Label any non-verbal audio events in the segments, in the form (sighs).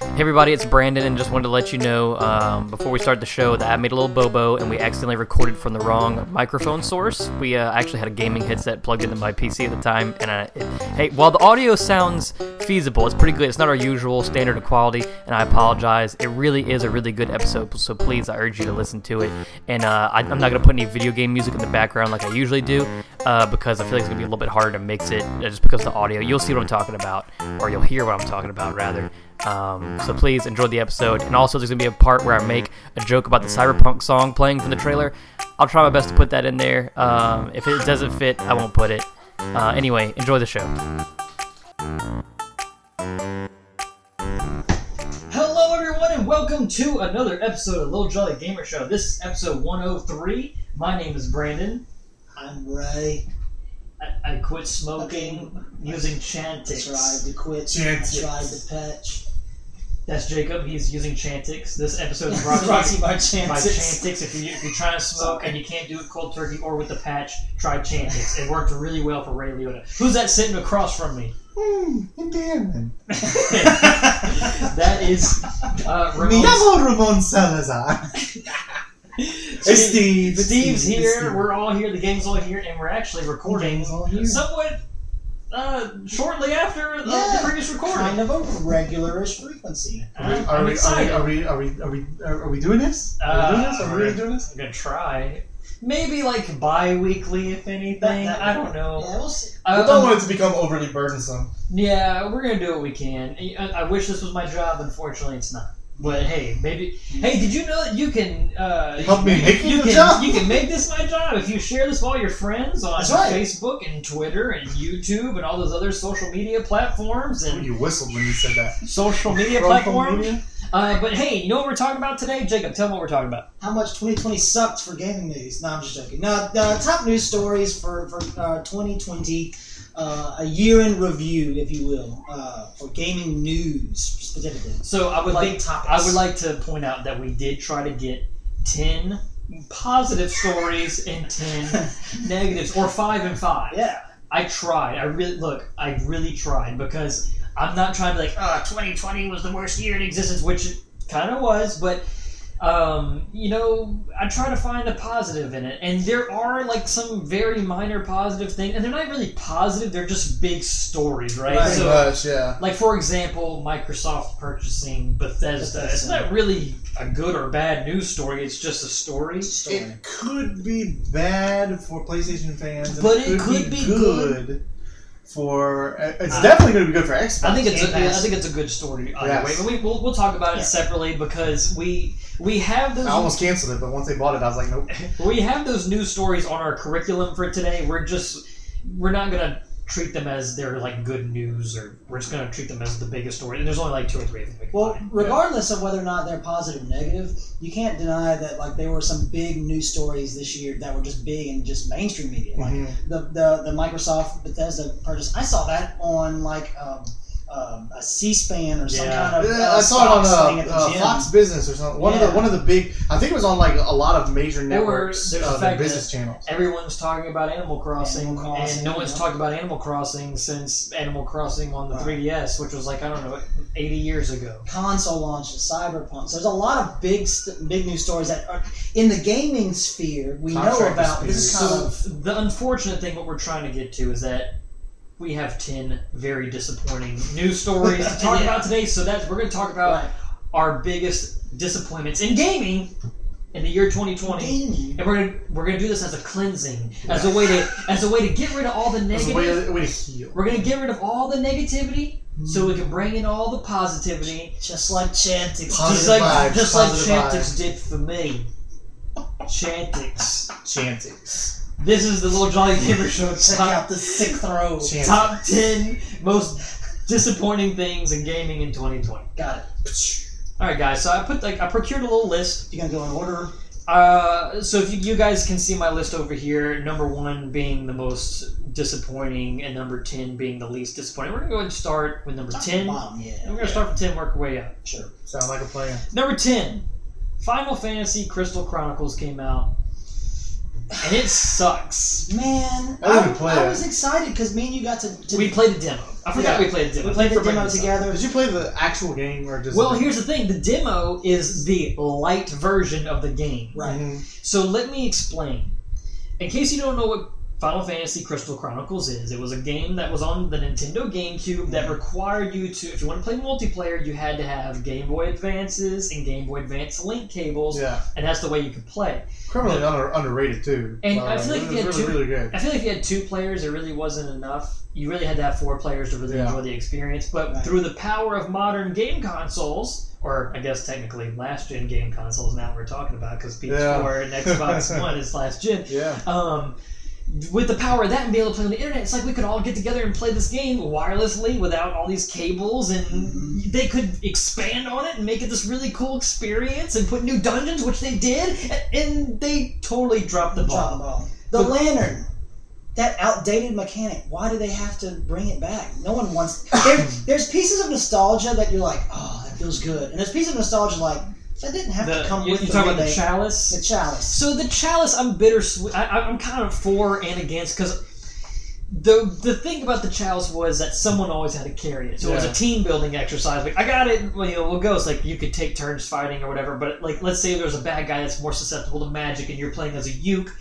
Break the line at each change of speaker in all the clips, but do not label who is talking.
everybody, it's Brandon, and just wanted to let you know um, before we start the show that I made a little bobo and we accidentally recorded from the wrong microphone source. We uh, actually had a gaming headset plugged into my PC at the time, and I, it, hey, while the audio sounds feasible, it's pretty good. It's not our usual standard of quality, and I apologize. It really is a really good episode, so please, I urge you to listen to it. And uh, I, I'm not gonna put any video game music in the background like I usually do, uh, because I feel like it's gonna be a little bit harder to mix it uh, just because of the audio. You'll see what I'm talking about, or you'll hear what I'm talking about rather. Um, so please enjoy the episode. And also, there's gonna be a part where I make a joke about the cyberpunk song playing from the trailer. I'll try my best to put that in there. Um, if it doesn't fit, I won't put it. Uh, anyway, enjoy the show.
Hello, everyone, and welcome to another episode of Little Jolly Gamer Show. This is episode 103. My name is Brandon.
I'm Ray.
I, I quit smoking using Chantix.
Tried to quit.
Chantix.
Tried to patch.
That's Jacob. He's using Chantix. This episode is brought to you
Roxy
(laughs)
by
by
Chantix.
Chantix. If, you, if you're trying to smoke and you can't do it cold turkey or with the patch, try Chantix. It worked really well for Ray Liotta. Who's that sitting across from me?
Hmm,
(laughs)
endearment.
That is uh,
Me
Ramon's-
llamo Ramon Salazar. It's Steve.
Steve's
Steve,
here.
it's Steve.
We're all here. The gang's all here, and we're actually recording
gang's all here.
somewhat uh, shortly after uh,
Yeah,
the previous recording. Uh,
Kind of a regularish frequency.
I'm,
Are
I'm
we, are, we,
excited. Uh,
are, we, are, we, are, we, are, are we doing this? Are we doing this? Are we really doing this?
I'm gonna try. Maybe like bi-weekly, if anything.
That-
I
that would-
don't know.
Yeah, we'll see.
I,
I don't
I'm-
want it to become overly burdensome.
yeah, we're gonna do what we can. I, I wish this was my job. Unfortunately, it's not. But hey, maybe. Hey, did you know that you can uh,
Help me make
you
it
can
a job.
you can make this my job if you share this with all your friends on
That's right.
Facebook and Twitter and YouTube and all those other social media platforms
Ooh,
and
You whistled when you said that.
social media
From- from
platforms.
media?
Uh, but hey, you know what we're talking about today, Jacob? Tell them what we're talking about.
How much 2020 sucked for gaming news? No, I'm just joking. No, the top news stories for, for uh, 2020, uh, a year in review, if you will, uh, for gaming news specifically.
So I would
Big
like
topics.
I would like to point out that we did try to get ten positive stories and
(laughs)
ten negatives, or five and five.
Yeah.
I tried. I really look. I really tried because I'm not trying to like. Oh, 2020 was the worst year in existence, which it kind of was, but um, you know, I try to find a positive in it, and there are like some very minor positive things, and they're not really positive. They're just big stories, right?
Right.
Pretty
So,
much, yeah.
like for example, Microsoft purchasing Bethesda. It's not really a good or bad news story. It's just a story.
Story.
It could be bad for PlayStation fans, and
But it could be
good, for. It's
Uh,
definitely going to be good for Xbox.
I think it's a,
Game
I
Pass.
think it's a good story. either
Yes.
way, but we, we'll, we'll talk about it
Yeah.
separately because we we have those
I almost canceled it, but once they bought it, I was
(laughs)
like, nope.
we have those news stories on our curriculum for today. We're just we're not gonna treat them as they're like good news or we're just gonna treat them as the biggest story. And there's only like two or three of them. We can
Well,
find.
regardless of whether or not they're positive or negative, you can't deny that like there were some big news stories this year that were just big in just mainstream media. Like
Mhm.
the, the the Microsoft Bethesda purchase, I saw that on like um, um, a C-SPAN or some
Yeah.
kind of
Yeah,
uh,
I saw it
Fox
on
thing
uh,
at the
uh,
gym.
Fox Business or something. One of
Yeah.
the one of the big. I think it was on like a lot of major networks,
there's the
uh, the
fact
business channels.
Everyone's talking about Animal Crossing,
Animal Crossing,
and no one's
yeah.
talked about Animal Crossing since Animal Crossing on the
Right.
3DS, which was like I don't know, 80 years ago.
console launches, cyberpunk. So there's a lot of big st- big news stories that are in the gaming sphere we know
Contract
about. but This is
disputes.
kind
So
of
the unfortunate thing, what we're trying to get to, is that we have 10 very disappointing news stories to talk
(laughs) Yeah.
about today. So that's we're going to talk about
right.
our biggest disappointments in gaming in the year 2020.
gaming.
And we're gonna we're gonna do this as a cleansing, as a way to as a way to get rid of all the
It was a
negative.
way, a way to heal.
We're gonna get rid of all the negativity so we can bring in all the positivity.
Mm-hmm. Just like Chantix.
Positive
just like
vibes,
just like
positive
Chantix did for me. Chantix.
Chantix.
This is the little Jolly Gamer Show
Check
top,
out the sick throw.
Chantix.
top ten most disappointing things in gaming in 2020.
Got it.
Alright guys, so I put like I procured a little list.
You gonna go in order?
Uh, so if you, you guys can see my list over here, number one being the most disappointing and number ten being the least disappointing. We're gonna go ahead and start with number ten. And
Mom, yeah.
we're gonna start with ten, work our way up.
Sure.
Sound like a plan.
Number ten, Final Fantasy Crystal Chronicles came out. and it sucks.
Man,
I
I,
wouldn't play
I
it.
was excited because me and you got to, to
We played a demo. I forgot
Yeah.
we played a demo.
we played the
For
demo
Microsoft.
together.
Did you play the actual game or just?
Well, here's the thing: the demo is the light version of the game.
Right.
Mm-hmm.
So let me explain. In case you don't know what Final Fantasy Crystal Chronicles is, it was a game that was on the Nintendo GameCube that
Mm-hmm.
required you to, if you want to play multiplayer, you had to have Game Boy Advances and Game Boy Advance link cables,
Yeah,
and that's the way you could play.
criminally under, underrated too.
And
by
I
the
feel
way.
like
it was
if you
really, really good.
I feel like if you had two players, it really wasn't enough. You really had to have four players to really
Yeah.
enjoy the experience. But
Right.
through the power of modern game consoles, or I guess technically last gen game consoles, now we're talking about because PS4 and Xbox One is last gen.
Yeah,
Um, with the power of that and be able to play on the internet, it's like we could all get together and play this game wirelessly without all these cables, and they could expand on it and make it this really cool experience and put new dungeons, which they did, a- and they totally dropped the
Drop
ball.
the ball. The lantern. That outdated mechanic. Why do they have to bring it back? No
(laughs)
one wants. There, there's pieces of nostalgia that you're like, oh, that feels good, and there's pieces of nostalgia like that didn't
(laughs)
have
The,
to come
you,
with
you
the
talk about the
remake."
chalice.
The chalice.
So the chalice, I'm bittersweet. I, I- I'm kind of for and against because the the thing about the chalice was that someone always had to carry it. So it was
Yeah.
a team building exercise. Like I got it. Well, you know, we'll go. It's like you could take turns fighting or whatever. But like, let's say there's a bad guy that's more susceptible to magic, and you're playing as a uke.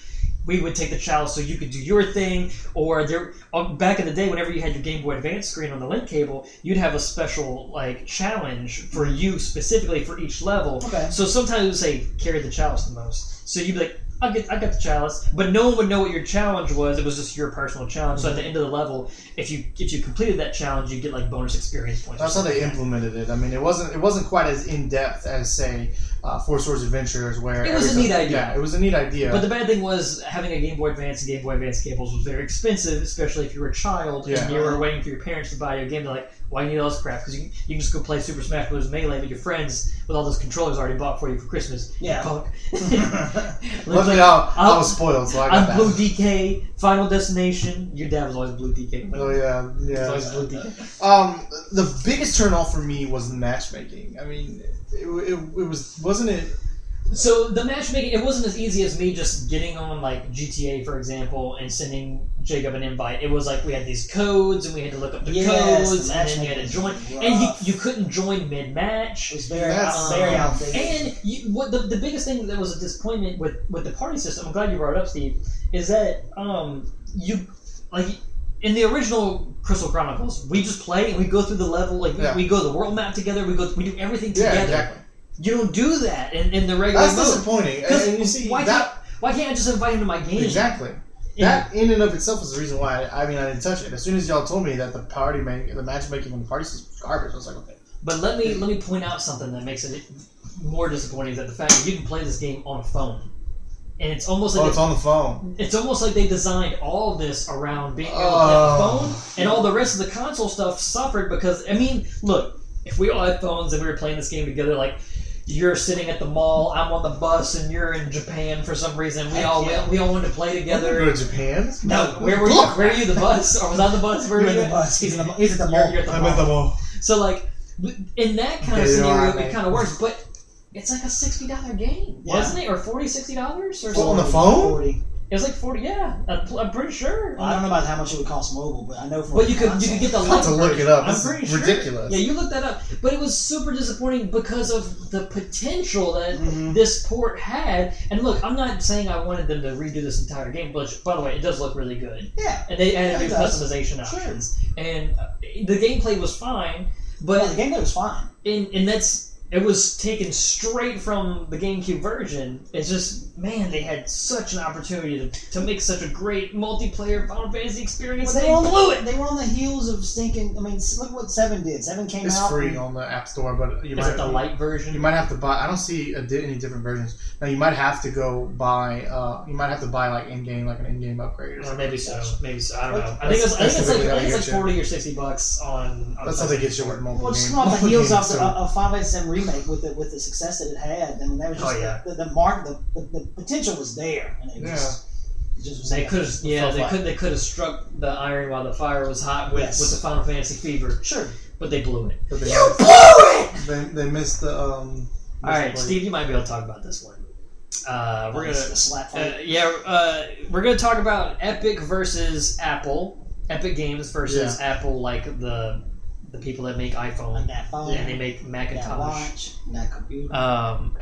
We would take the chalice so you could do your thing, or there. uh, Back in the day, whenever you had your Game Boy Advance screen on the link cable, you'd have a special like challenge for you specifically for each level.
Okay.
So sometimes it would say carry the chalice the most. So you'd be like, I get, I got the chalice, but no one would know what your challenge was. It was just your personal challenge. So at the end of the level, if you if you completed that challenge, you get like bonus experience points. or
that's how they
something like
implemented it. I mean, it wasn't it wasn't quite as in depth as say uh, Four Swords Adventures, where
It was a
every-
neat idea.
Yeah, it was a neat idea.
that. But the bad thing was having a Game Boy Advance and Game Boy Advance cables was very expensive, especially if you were a child
Yeah.
and you were waiting for your parents to buy you a game. They're like, why do you need all this crap? Because you, can- you can just go play Super Smash Bros. Melee with your friends with all those controllers already bought for you for Christmas. you
Yeah.
punk.
(laughs)
Luckily,
Like,
I, I
I'll-
was spoiled, so I got
I'm
that.
Blue DK, Final Destination. Your dad was always Blue DK.
Oh yeah,
It's
yeah.
always Blue DK.
Um, the biggest turn off for me was the matchmaking. I mean, it, it, it was wasn't it?
So the matchmaking, it wasn't as easy as me just getting on like GTA, for example, and sending Jacob an invite. It was like we had these codes and we had to look up the
Yes,
codes
the
and then you had to
matchmaking
join.
was
And you,
rough.
you couldn't join mid match.
It was very,
That's-
out, very
um,
outdated.
And you, what the, the biggest thing that was a disappointment with, with the party system, I'm glad you brought it up, Steve, is that um, you like in the original Crystal Chronicles, we just play and we go through the level, like
Yeah.
we go the world map together, we go we do everything
Yeah,
together.
exactly.
You don't do that in, in the regular
That's
mode.
disappointing. And,
'Cause
and you see
why
that
can't why can't I just invite him to my game?
exactly.
And-
That in and of itself is the reason why I, I mean I didn't touch it. As soon as y'all told me that the party ma- the matchmaking on the party system was garbage, I was like, okay.
But let me let me point out something that makes it more disappointing is that the fact that you can play this game on a phone. And it's almost like
Oh,
they-
it's on the phone.
It's almost like they designed all this around being able to
Oh.
have a phone, and all the rest of the console stuff suffered because I mean, look, if we all had phones and we were playing this game together, like you're sitting at the mall, I'm on the bus, and you're in Japan for some reason, we
Heck
all
yeah.
went, we all wanted to play
Go
together.
to Japan.
No, where were you? Where were you? The bus, or was I the bus? Where
You're
were
in
you?
the bus. He's, in the, he's at the
You're,
mall.
you're at the mall.
mall.
So like, in that kind of
Yeah, you know what I
scenario,
mean.
it kind of works, but. It's like a sixty dollar game,
Yeah.
wasn't it? Or 40 dollars or
Well, on
something.
the phone?
40.
It was like forty, yeah. I'm, I'm pretty sure.
Well, I don't know about how much it would cost mobile, but I know for
But
a
you could you
console-
could get the
I'm about
light
to look
version.
it up.
I'm
This is
pretty sure.
ridiculous.
Yeah, you look that up. But it was super disappointing because of the potential that
Mhm.
this port had. And look, I'm not saying I wanted them to redo this entire game, but by the way, it does look really good.
Yeah.
And they added
Yeah, it
new
does.
customization
Sure.
options, and uh, the gameplay was fine.
But
But
the gameplay was fine.
in and that's it was taken straight from the GameCube version. It's just man, they had such an opportunity to, to make such a great multiplayer Final Fantasy experience.
Well, they,
and
were
they blew it.
on the, they were on the heels of stinking. I mean, s- look what Seven did. Seven came
It's
out.
free
and-
on the App Store, but you
Is
might
it the light version?
you might have to buy. I don't see a, di- any different versions. Now you might have to go buy. Uh, you might have to buy like in game, like an in game upgrade. Or
Or
something.
maybe so. Maybe so. I don't know. I
That's-
think it's, I
that's
think it's
the
like
way
I think
they
it's
get
like
you.
forty or sixty bucks on. on
That's how they get you with mobile
Well,
games.
just come off the
(laughs) Mobile
heels
games,
off the, uh,
so-
of Final Fantasy VII remake with the with the success that it had. I mean, that was
Oh,
just
yeah.
the, the mark. The, the, the potential was there, and it
Yeah.
just it just was
They
there.
could have. Yeah,
felt
they
like-
could. They could have struck the iron while the fire was hot with,
Yes.
with the Final Fantasy fever,
Sure,
but (laughs) they blew it.
but they,
blew it.
they, they missed the. Um,
All right,
missed the-
Steve, you might be able to talk about this one. Uh, we're
It's
gonna
a slap fight.
Uh, yeah, uh, we're gonna talk about Epic versus Apple. Epic Games versus Apple, like the the people that make
on
iPhone
that phone,
and they make
that
Macintosh.
watch, that computer.
Um,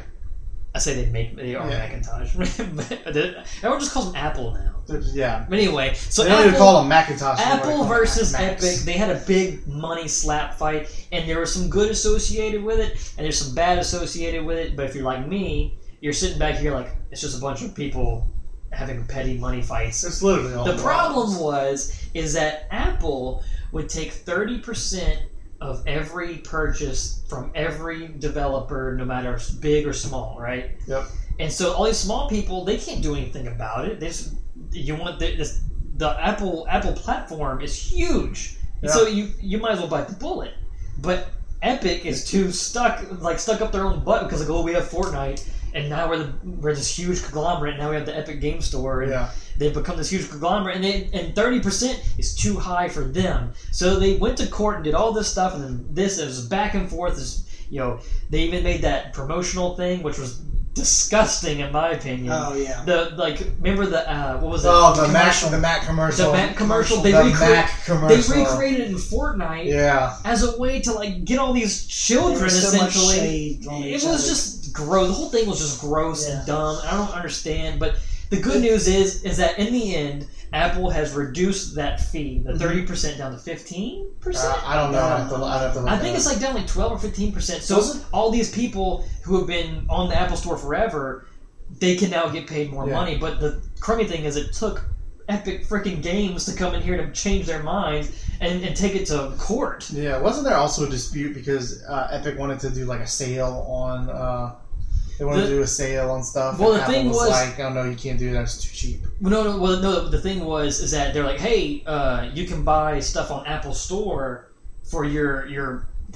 I say they make they are
Yeah.
Macintosh. (laughs) But Everyone just calls them Apple now.
There's- yeah.
But anyway, so
So they don't even
Apple-
call them Macintosh. they
Apple
call them
versus
Macs.
Epic, they had a big money slap fight, and there was some good associated with it, and there's some bad associated with it. But if you're like me, you're sitting back here like it's just a bunch of people having petty money fights.
It's literally all
The
they are.
problem was is that Apple would take thirty percent of every purchase from every developer, no matter if it's big or small, right?
Yep.
And so all these small people, they can't do anything about it. They just, you want the, this, the Apple Apple platform is huge, and so you you might as well bite the bullet. But Epic is too stuck, like stuck up their own butt because like oh we have Fortnite. And now we're the, we're this huge conglomerate. Now we have the Epic Game Store, and
Yeah.
they've become this huge conglomerate, and they, and thirty percent is too high for them. So they went to court and did all this stuff, and then this it was back and forth. This, you know, they even made that promotional thing, which was disgusting in my opinion.
oh yeah,
the like, remember the uh, what was it?
Oh, the Mac,
Commercial.
the Mac commercial.
The Mac commercial, they
the
recreate-
Mac
they
commercial.
recreated it in Fortnite
Yeah.
as a way to like get all these children
There's so much
essentially
shade thrown at
it
each
was
other.
just gross. The whole thing was just gross
Yeah.
and dumb. I don't understand, but the good news is is that in the end, Apple has reduced that fee, the
Mhm.
thirty percent down to fifteen
Uh,
percent.
I don't know. I'd have to, I'd have to look
I
that
think
up.
it's like down like twelve or fifteen percent.
Was
So all these people who have been on the Apple Store forever, they can now get paid more
Yeah.
money. But the crummy thing is, it took Epic freaking Games to come in here to change their minds and, and take it to court.
Yeah, wasn't there also a dispute because uh, Epic wanted to do like a sale on? Uh, they wanted
The-
to do a sale on stuff.
Well,
and
the
Apple
thing was-
like, "Oh no, you can't do that. It's too cheap."
Well, No, no, well, no. The thing was is that they're like, hey, uh, you can buy stuff on Apple Store for your your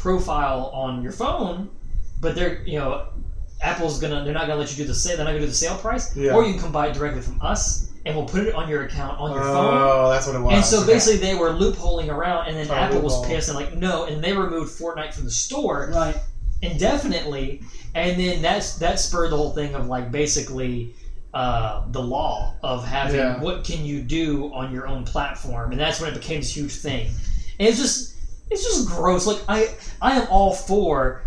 profile on your phone, but they're you know, Apple's gonna they're not gonna let you do the sale. They're not gonna do the sale price,
Yeah.
or you can come buy it directly from us, and we'll put it on your account on your phone.
Oh, that's what it was.
And so
Okay.
basically, they were loopholing around, and then
Trying to
Apple was
loophole.
pissed and like, no, and they removed Fortnite from the store
right.
indefinitely, and then that's that spurred the whole thing of like basically uh, the law of having
Yeah.
what can you do on your own platform, and that's when it became this huge thing. And it's just it's just gross. Like I I am all for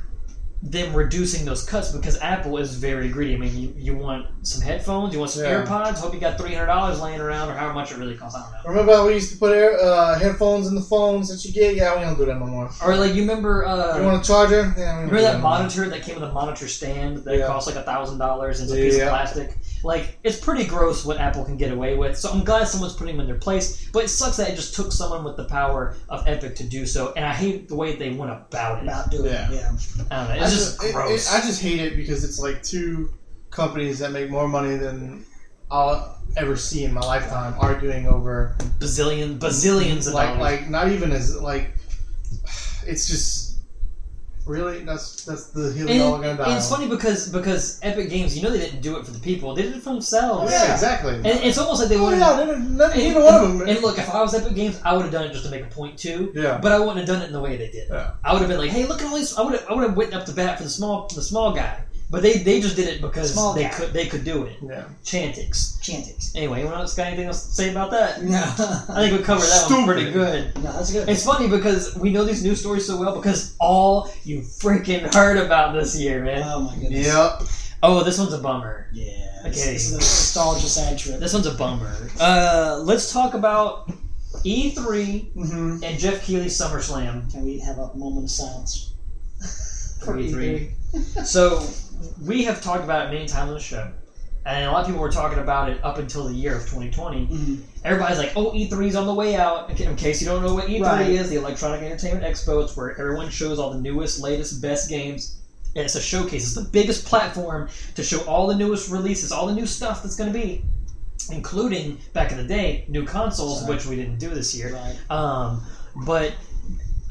them reducing those cuts because Apple is very greedy. I mean, you, you want some headphones, you want some
Yeah.
AirPods. Hope you got three hundred dollars laying around, or however much it really costs. I don't know.
remember how we used to put air, uh, headphones in the phones that you get? Yeah, we don't do that no more.
Or like you remember
You
uh,
want a charger? Yeah, we don't do
Remember that
no more.
monitor that came with a monitor stand that
Mm-hmm. Yeah.
cost like a thousand dollars and it's a piece
Yeah.
of plastic? Like it's pretty gross what Apple can get away with. So I'm glad someone's putting them in their place, but it sucks that it just took someone with the power of Epic to do so. And I hate the way they went about it. I
About doing it,
Yeah.
yeah.
don't know.
I
It's just
it- it-
gross.
I just hate it because it's like two companies that make more money than I'll ever see in my lifetime arguing over
bazillion, bazillions of
like
dollars.
like not even as like (sighs) it's just really that's that's the hill
and,
y'all are gonna die
and it's
on.
funny because because Epic Games, you know, they didn't do it for the people; they did it for themselves.
yeah,
Yeah.
exactly
And it's almost like they
oh
wanted.
yeah they didn't- none-
and-
neither one of them
And look, if I was Epic Games, I would have done it just to make a point too.
yeah
But I wouldn't have done it in the way they did.
Yeah.
I would have been like, "Hey, look at all these!" I would have, I would have went up the bat for the small, the small guy. But they, they just did it because
Small
they
guy.
could, they could do it.
yeah
Chantix.
Chantix.
Anyway, anyone else got anything else to say about that?
No,
(laughs) I think we covered that one pretty
Stupid.
good.
no, that's good.
It's funny because we know these news stories so well because all you freaking heard about this year, man.
oh my goodness.
yep
Oh, this one's a bummer.
Yeah. This,
Okay.
this is a nostalgia sad trip.
This one's a bummer. Uh, let's talk about E3
Mm-hmm.
and Jeff Keighley's SummerSlam.
Can we have a moment
(laughs)
of silence?
For E3. So we have talked about it many times on the show, and a lot of people were talking about it up until the year of 2020.
Mhm.
Everybody's like, "Oh, E3's on the way out." In ca- in case you don't know what E3
Right.
is, the Electronic Entertainment Expo. It's where everyone shows all the newest, latest, best games. And it's a showcase. It's the biggest platform to show all the newest releases, all the new stuff that's going to be, including back in the day, new consoles,
Sorry.
which we didn't do this year.
Right.
Um, but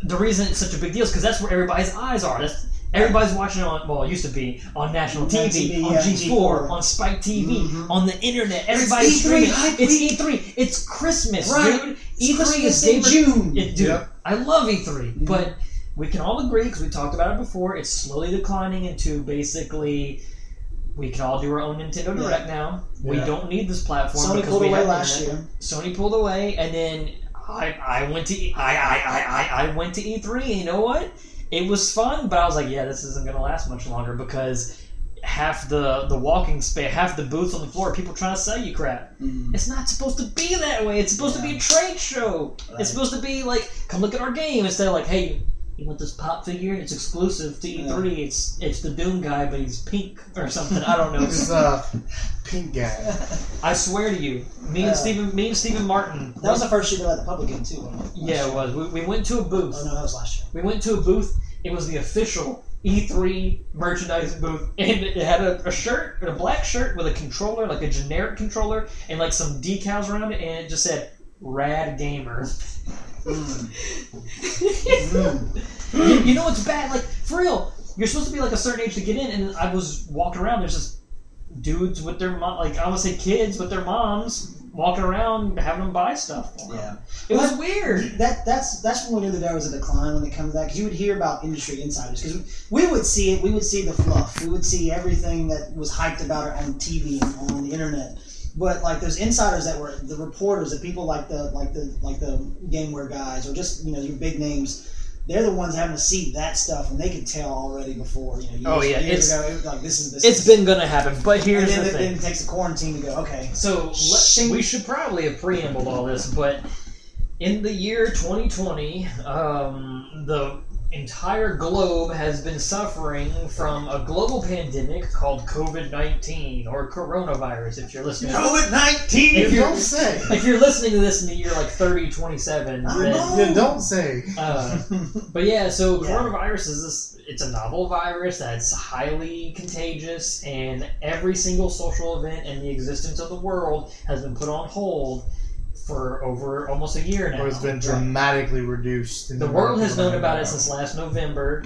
the reason it's such a big deal is because that's where everybody's eyes are. That's everybody's watching it on. Well, it used to be on national
On
TV,
TV,
on
yeah,
G4,
G4.
on Spike TV,
Mhm.
on the internet. Everybody's
E3
streaming.
hype
It's
E week.
E3. It's Christmas,
Right.
dude.
It's
E3
Christmas
is
in
David-
June.
It, dude,
Yep.
I love E3,
Mhm.
but we can all agree because we talked about it before. It's slowly declining into basically we can all do our own Nintendo
Yeah.
Direct now. We
Yeah.
don't need this platform.
Sony
because
pulled
we
away
have
last
internet.
year.
Sony pulled away, and then I, I went to E- I, I, I, I, I went to E3. And you know what? It was fun, but I was like, yeah, this isn't going to last much longer because half the the walking space, half the booths on the floor, people trying to sell you crap.
(laughs) Mm.
It's not supposed to be that way. It's supposed to be a trade show.
Right.
It's supposed to be like, come look at our game instead of like, hey. You want this pop figure? It's exclusive to E3. It's it's the Doom guy, but he's pink or something. I don't
(laughs)
know.
This uh, pink guy.
I swear to you, me and
Uh,
Stephen, me and Stephen Martin.
That was the first year they let the public in too. wasn't it? Last
yeah,
year.
it was. We, we went to a booth.
Oh no, that was last year.
We went to a booth. It was the official E3 merchandise booth, (laughs) and it had a, a shirt, a black shirt with a controller, like a generic controller, and like some decals around it, and it just said "Rad Gamer." (laughs)
Mm.
Mm. you, you know what's bad? Like for real, you're supposed to be like a certain age to get in, and I was walking around. There's just dudes with their mom, like I would say kids with their moms walking around having them buy stuff. for 'em.
Yeah,
it was weird.
that that's that's when we knew that there was a decline when it comes to that because you would hear about industry insiders because we would see it, we would see the fluff, we would see everything that was hyped about it on TV and on the internet. But like those insiders that were the reporters, the people like the like the like the gameware guys or just you know your big names. They're the ones having to see that stuff, and they could tell already before. You know, years,
Oh, yeah, it's-
years ago, it was like this is this.
It's
is-
been gonna happen, but here's
and then,
the
it- then
thing.
it takes a quarantine to go. Okay,
So let,
Shing.
we should probably have preambled all this, but in the year 2020, um, the entire globe has been suffering from a global pandemic called COVID 19 or coronavirus. If you're listening,
COVID nineteen.
If you-
don't say.
if you're listening to this in the year like 30, 27,
I
then
know.
You don't say.
Uh, but yeah, so
Yeah.
coronavirus is this. It's a novel virus that's highly contagious, and every single social event in the existence of the world has been put on hold for over almost a year now.
Or it's been dramatically reduced. in
the world has known
around
about it
now.
since last November,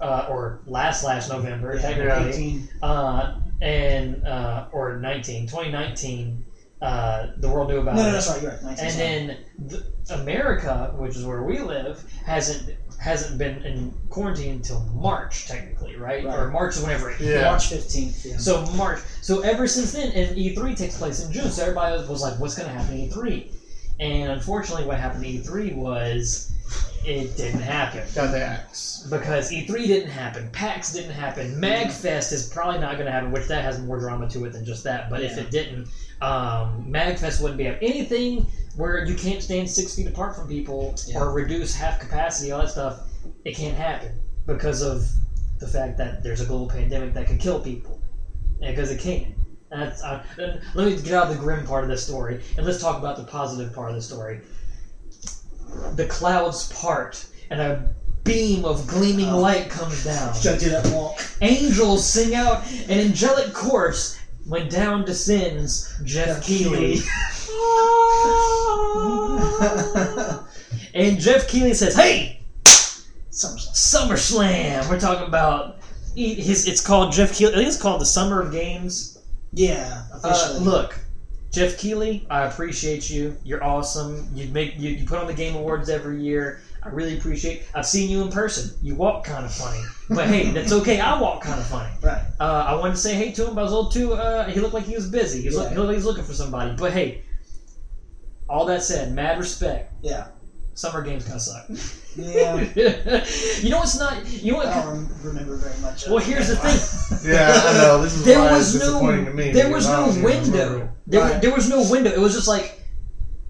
uh, or last last November,
Yeah.
technically
eighteen.
uh, and uh, or 19, 2019, uh, the world knew about
No, no,
it.
that's right. You're right. 19,
And
sorry.
then th America, which is where we live, hasn't hasn't been in quarantine until March, technically, right?
Right.
Or March is whenever it hit.
Yeah.
March fifteenth. Yeah.
So March. So ever since then, and E3 takes place in June. So everybody was, was like, "What's going to happen to E3?" And unfortunately, what happened to E3 was it didn't happen
Got the axe.
because E3 didn't happen, PAX didn't happen,
Mm.
MagFest is probably not going to happen, which that has more drama to it than just that. But if
Yeah.
it didn't, um, MagFest wouldn't be up. Anything where you can't stand six feet apart from people
Yeah.
or reduce half capacity, all that stuff, it can't happen because of the fact that there's a global pandemic that could kill people. Because it can. That's, uh, let me get out the grim part of this story and let's talk about the positive part of the story. The clouds part and a beam of gleaming
Oh.
light comes down.
Gotta do that (laughs) walk.
Angels sing out an angelic chorus when down descends Jeff
Jeff Keighley. (laughs)
Keeley. (laughs) and Jeff Keeley says, "Hey,
SummerSlam.
SummerSlam! We're talking about he- his. It's called Jeff Keeley. I think it's called the Summer of Games."
Yeah,
Uh,
officially.
look, Jeff Keeley, I appreciate you. You're awesome. You make you, you put on the Game Awards every year. I really appreciate. I've seen you in person. You walk kind of funny, but
(laughs)
hey, that's okay. I walk kind of funny.
Right.
Uh, I wanted to say hey to him, but I was a little too. Uh, he looked like he was busy. He, was look, he looked like he was looking for somebody. But hey, all that said, mad respect.
Yeah.
Summer games kind of suck.
Yeah.
(laughs)
Oh,
you know what's not. You know what?
I don't rem- remember very much. of
well,
it.
here's the thing.
(laughs) Yeah, I know. This is
There
why
was
it's
no.
disappointing to me.
There was
because I
no
don't even
window.
remember.
There,
Right.
there was no window. It was just like,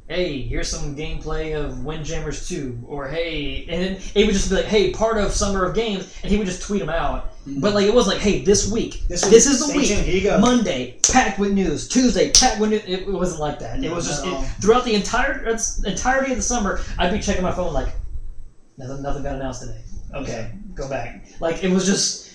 hey, here's some gameplay of Windjammers Two, or hey, and then it would just be like, hey, part of Summer of Games, and he would just tweet them out. But like, it was like, hey, this week,
Mm. This, week,
is the
stay
week.
tuned, Here you go.
Monday packed with news. Tuesday packed with news. It, it wasn't like that. It
No,
was just
not at
it,
all.
throughout the entire it's- entirety of the summer. I'd be checking my phone like nothing. Nothing got announced today. Okay, go back. Like it was just.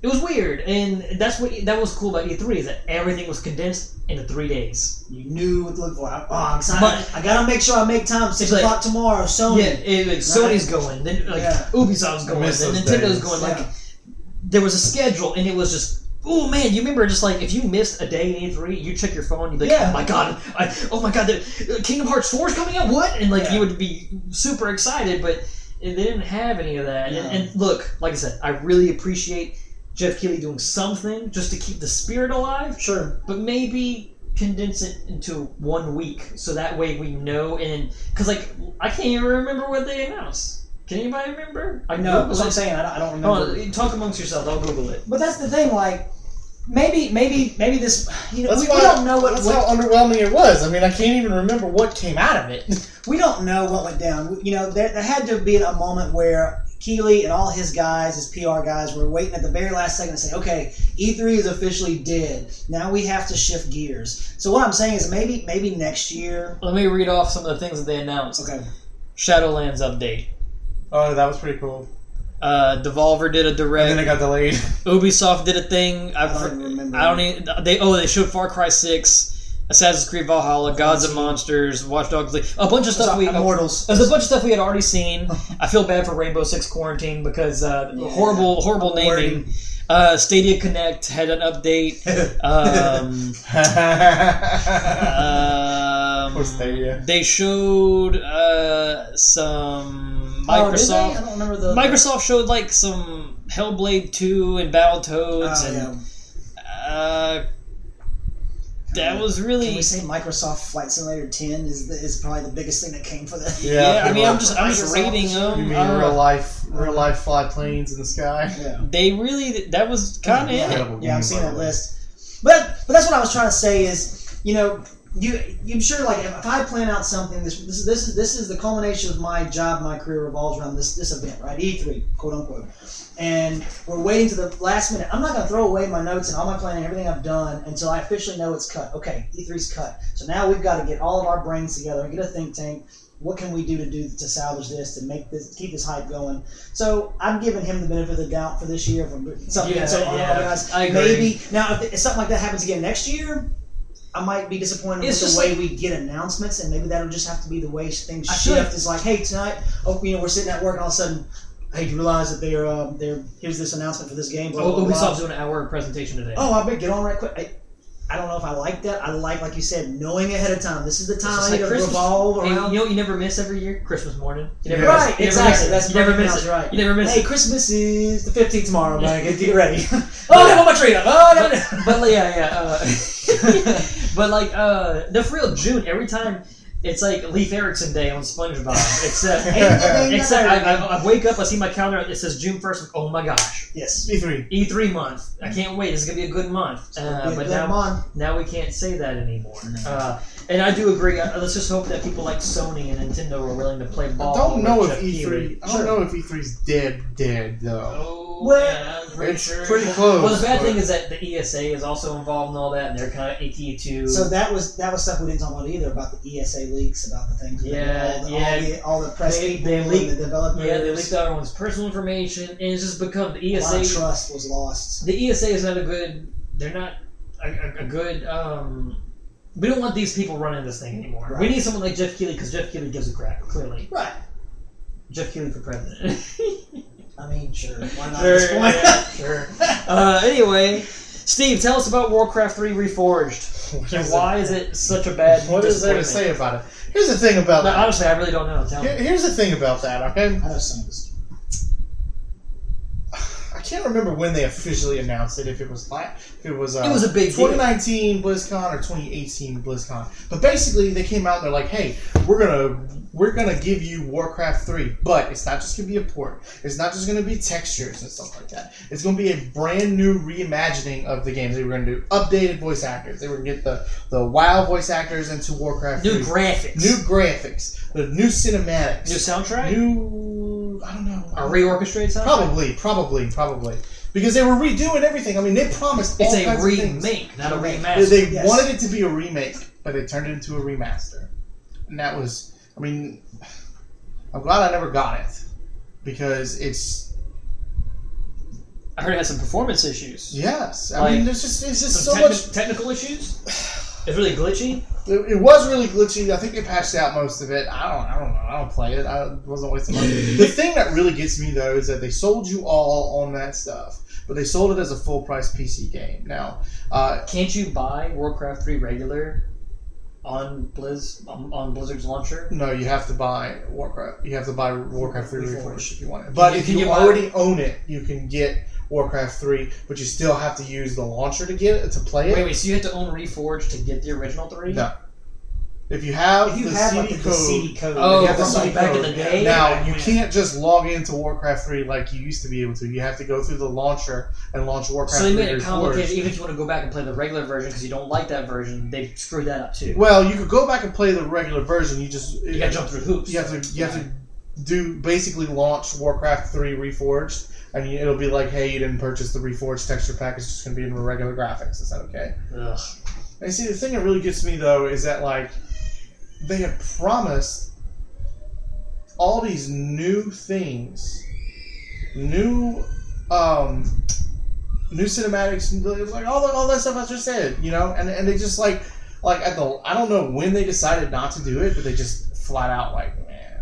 It was weird, and that's what that was cool about E three is that everything was condensed into three days.
You knew what to look for. I- Oh, I'm excited.
But-
I gotta make sure I make time.
It's
Six
like-
o'clock tomorrow. Sony.
Yeah, it, like Sony's going, then like
Yeah.
Ubisoft's going, then
miss
Nintendo's
those days.
going. Like
Yeah.
there was a schedule, and it was just. Oh man, you remember just like if you missed a day in E3, you check your phone, you'd be like,
Yeah.
oh my god, I, oh my god, the, uh, Kingdom Hearts 4 is coming out, what? And like
Yeah.
you would be super excited, but they didn't have any of that.
No.
And, and look, like I said, I really appreciate Jeff Keighley doing something just to keep the spirit alive,
Sure.
but maybe condense it into one week so that way we know. And because like I can't even remember what they announced. Can anybody remember? I
No, that's
Googled
what I'm
it.
saying. I don't, I don't remember.
Hold on, talk amongst yourselves. I'll Google it.
But that's the thing, like maybe maybe maybe this you know
That's
we,
why-
we don't know what,
That's
what
how underwhelming it was. I mean, I can't even remember what came out of it.
we don't know what went down. You know, there, there had to be a moment where Keeley and all his guys, his PR guys, were waiting at the very last second to say, "Okay, E3 is officially dead. Now we have to shift gears." So what I'm saying is maybe maybe next year.
Let me read off some of the things that they announced.
Okay,
Shadowlands update.
Oh, that was pretty cool.
Uh, Devolver did a
And then it
direct.
got delayed.
Ubisoft did a thing. I,
I don't
fr-
even remember.
I don't even. They oh they showed Far Cry Six, Assassin's Creed Valhalla, Gods and Monsters, Watch Dogs League, a bunch of stuff we. a-
Immortals.
There's a bunch of stuff we had already
(laughs)
seen. I feel bad for Rainbow Six Quarantine because uh,
Yeah.
horrible, horrible naming.
(laughs)
Wording.
Uh, Stadia Connect had an update.
(laughs)
Um, um,
Or Stadia.
They showed uh, some
Oh, did they?
Microsoft.
I don't remember the
Microsoft showed like some Hellblade 2 and Battletoads,
Oh, yeah.
and uh, that was really.
Can we say Microsoft Flight Simulator 10 is the, is probably the biggest thing that came for that?
yeah, I
people
mean,
are-
I'm just I'm just
Microsoft.
rating them.
You mean
Uh,
real life, real life fly planes in the sky?
(laughs)
(laughs)
Yeah.
they really that was kind of it.
Incredible
Yeah,
game,
I've seen
by
that
the way.
list. But but that's what I was trying to say is, you know, you I'm sure like if I plan out something, this this is this is this is the culmination of my job, my career revolves around this this event, right? E3, quote unquote. And we're waiting to the last minute. I'm not gonna throw away my notes and all my planning, everything I've done until I officially know it's cut. Okay, E3's cut. So now we've got to get all of our brains together, get a think tank. What can we do to do to salvage this to make this keep this hype going? So I'm giving him the benefit of the doubt for this year from something
Yeah,
so
yeah.
unorganized.
I agree.
Maybe now if, if something like that happens again next year, I might be disappointed
It's
with
just
the way we get announcements, and maybe that'll just have to be the way things
I feel
shift. Is like, hey, tonight, oh, you know, we're sitting at work, and all of a sudden, hey, do you realize that they're uh, they're here's this announcement for this game. Blah, blah,
Oh,
blah,
Ubisoft's
blah.
doing an hour presentation today.
Oh, I better get on right quick. I, I don't know if I like that. I like, like you said, knowing ahead of time. This is the
It's
time
just
I
like
need to
Christmas.
revolve
Hey, you
around.
know what you never miss every year? Christmas morning. You never
right,
miss, you never
exactly.
miss it.
That's
you never
perfect
miss it.
analogy, right.
You never miss
hey,
it.
Christmas is the fifteenth tomorrow, man. Get,
(laughs)
get ready. (laughs) oh, I got my tree up. Oh, I got it.
but like, yeah, yeah.
(laughs)
Uh, (laughs) but like, uh, the for real June every time. It's like Leif Erikson Day on SpongeBob,
(laughs)
except
Ain't nothing
except I,
better.
I, I wake up, I see my calendar, it says June first. Oh my gosh,
Yes.
E3.
E3 month! I can't wait. This is gonna be a good month. Uh, but now,
Come on.
now we can't say that anymore. Uh, and I do agree. Uh, let's just hope that people like Sony and Nintendo are willing to play
I
ball.
don't know
with
if E
Jeff
E3.
Keighley.
I don't
Sure.
know if E3's dead, dead though.
Oh,
Well,
yeah, I'm pretty
it's
sure.
pretty close.
Well, the bad
but-
thing is that the ESA is also involved in all that, and they're kind of icky to.
So that was that was stuff we didn't talk about either about the ESA leaks, about the things, with
Yeah,
all, the,
yeah.
all the all the press
They-
people,
they
and
leaked-
the developers.
yeah, they leaked out everyone's personal information, and it's just become the
a lot of
ESA.
trust was lost.
The ESA is not a good. They're not a, a, a good. Um, we don't want these people running this thing anymore. We
Right.
need someone like Jeff Keighley because Jeff Keighley gives a crap. Clearly,
Right.
Jeff Keighley for president. (laughs)
I mean, sure. Why not?
Sure,
at this point?
yeah, sure.
(laughs)
Uh, anyway, Steve, tell us about Warcraft 3 Reforged.
What
And
is
why is it such a bad
What is there to say
disappointment?
about it? Here's the thing about
No,
that.
honestly, I really don't know. Tell me.
Here- Here's the thing about that.
(laughs)
Okay,
I know some of this.
I can't remember when they officially announced it. If it was like, if it was, uh,
It was a big deal.
2019 BlizzCon or 2018 BlizzCon. But basically, they came out and they're like, "Hey, we're gonna we're gonna give you Warcraft 3, but it's not just gonna be a port. It's not just gonna be textures and stuff like that. It's gonna be a brand new reimagining of the games. They were gonna do updated voice actors. They were gonna get the the WoW voice actors into Warcraft
New
3.
graphics.
New graphics, the new cinematics,
New soundtrack?
new I don't know,
a reorchestrated soundtrack?
probably, probably, probably, because they were redoing everything. I mean, they promised
It's
all
a
kinds of things.
remake, not a
Remake.
They,
remaster.
they
Yes.
wanted it to be a remake, but they turned it into a remaster, and that was. I mean, I'm glad I never got it because it's
I heard it had some performance issues.
yes. I
Like,
mean, there's just it's just
Some
so
techni-
much.
technical issues? It's really glitchy?
It, it was really glitchy. I think they patched out most of it. I don't. I don't know. I don't play it. I wasn't wasting money. the thing that really gets me though is that they sold you all on that stuff, but they sold it as a full price PC game. Now, uh,
Can't you buy Warcraft 3 regular on Blizz on, on Blizzard's launcher?
no, you have to buy Warcraft. You have to buy Warcraft Three
Reforged.
Reforged if you want it. But
you-
if
can
you,
you buy-
already own it, you can get Warcraft 3, but you still have to use the launcher to get it, to play it.
Wait, wait. So you had to own Reforged to get the original three?
No. If you have
If you
the
have
CD
like the
code,
CD code,
Oh,
you have the
from
CD
like back in
code.
the day.
Now you can't just log into Warcraft 3 like you used to be able to. You have to go through the launcher and launch Warcraft
So they
3
made it
Reforged.
complicated. Even if you want to go back and play the regular version because you don't like that version, they screwed that up too.
Well, you could go back and play the regular version. You just
You gotta jump through hoops.
You have to you have to do basically launch Warcraft 3 Reforged, and you, it'll be like, hey, you didn't purchase the Reforged texture pack. It's just gonna be in the regular graphics. Is that okay?
Ugh.
And see, the thing that really gets me though is that like they had promised all these new things, new um, new cinematics, and like all the, all that stuff I just said, you know, and and they just like like at the I don't know when they decided not to do it, but they just flat out like man,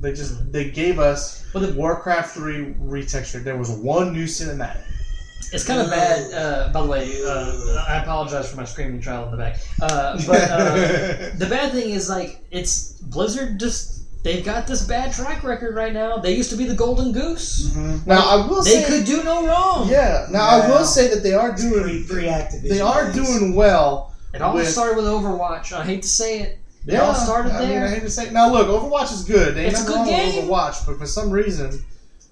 they just they gave us
But the
Warcraft three retextured. There was one new cinematic.
It's kind of bad. Uh, by the way, uh, I apologize for my screaming child in the back. Uh, but
(laughs)
uh, the bad thing is, like, it's Blizzard. Just they've got this bad track record right now. They used to be the golden goose.
now I will
They
say
could do no wrong.
Yeah. Now I
Wow.
will say that they are
Pre
doing
pre Activision.
they are doing well.
It all
With-
started with Overwatch. I hate to say it. It
yeah,
all started
I
there.
Mean, I hate to say. Now look, Overwatch is good. They ain't
It's a
nothing
good
wrong with
game.
Overwatch, but for some reason,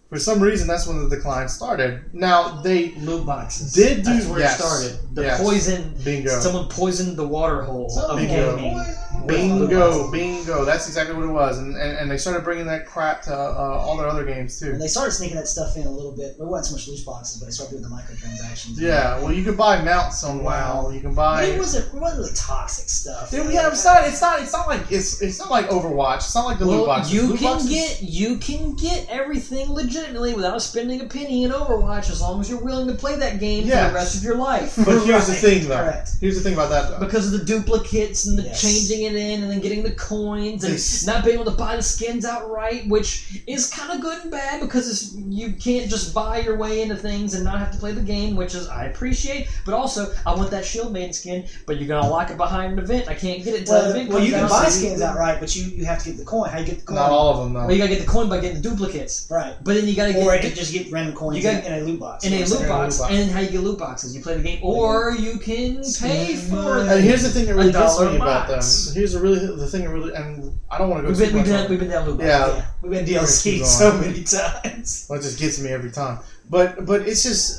for some reason, that's when the decline started. Now they
Loot boxes.
Did do-
That's where
yes.
it started. The
Yes.
poison.
bingo,
Someone poisoned the water hole of
Bingo.
gaming. With
bingo,
Overwatch.
bingo. That's exactly what it was, and and, and they started bringing that crap to uh, all their other games too.
And they started sneaking that stuff in a little bit. There wasn't so much loose boxes, but they started doing the microtransactions.
Yeah. Well, you can buy mounts on WoW. You can buy.
But it wasn't, it wasn't really toxic stuff.
Dude, yeah, it's not. It's not. It's not like it's. It's not like Overwatch. It's not like the loot
Well,
boxes.
you
Loot
can
boxes-
get you can get everything legitimately without spending a penny in Overwatch as long as you're willing to play that game for
Yes.
the rest of your life.
But here's the
Right,
thing, though.
uh, correct.
Here's the thing about that, though.
Because of the duplicates and the
Yes.
changing it in and then getting the coins and
This-
not being able to buy the skins outright, which is kind of good and bad because it's, you can't just buy your way into things and not have to play the game, which is I appreciate. But also, I want that Shield Maiden skin, but you're gonna lock it behind an event. I can't get it till the
Well,
event
well, you
comes
can
out,
buy
so you-
skins outright, but you, you have to get the coin. How you get the coin?
Not all of them,
Well,
though.
you gotta get the coin by getting the duplicates.
Right.
But then you gotta get
Or
the-
you could just get random coins
You got-
in a loot box.
in a
Or something.
loot
in a
box,
loot box.
and how you get loot boxes. You play the game, or you can pay
Spend
for
money.
And
it.
here's the thing that really
A
gets
dollar
me about them.
box.
Here's the really the thing that really, and I don't want to go
We've
too
been, we've,
much.
done,
on-
we've been down loot boxes.
yeah,
Yeah. We've been DLC
Keep
so
going.
many times.
well, it just gets me every time. But but it's just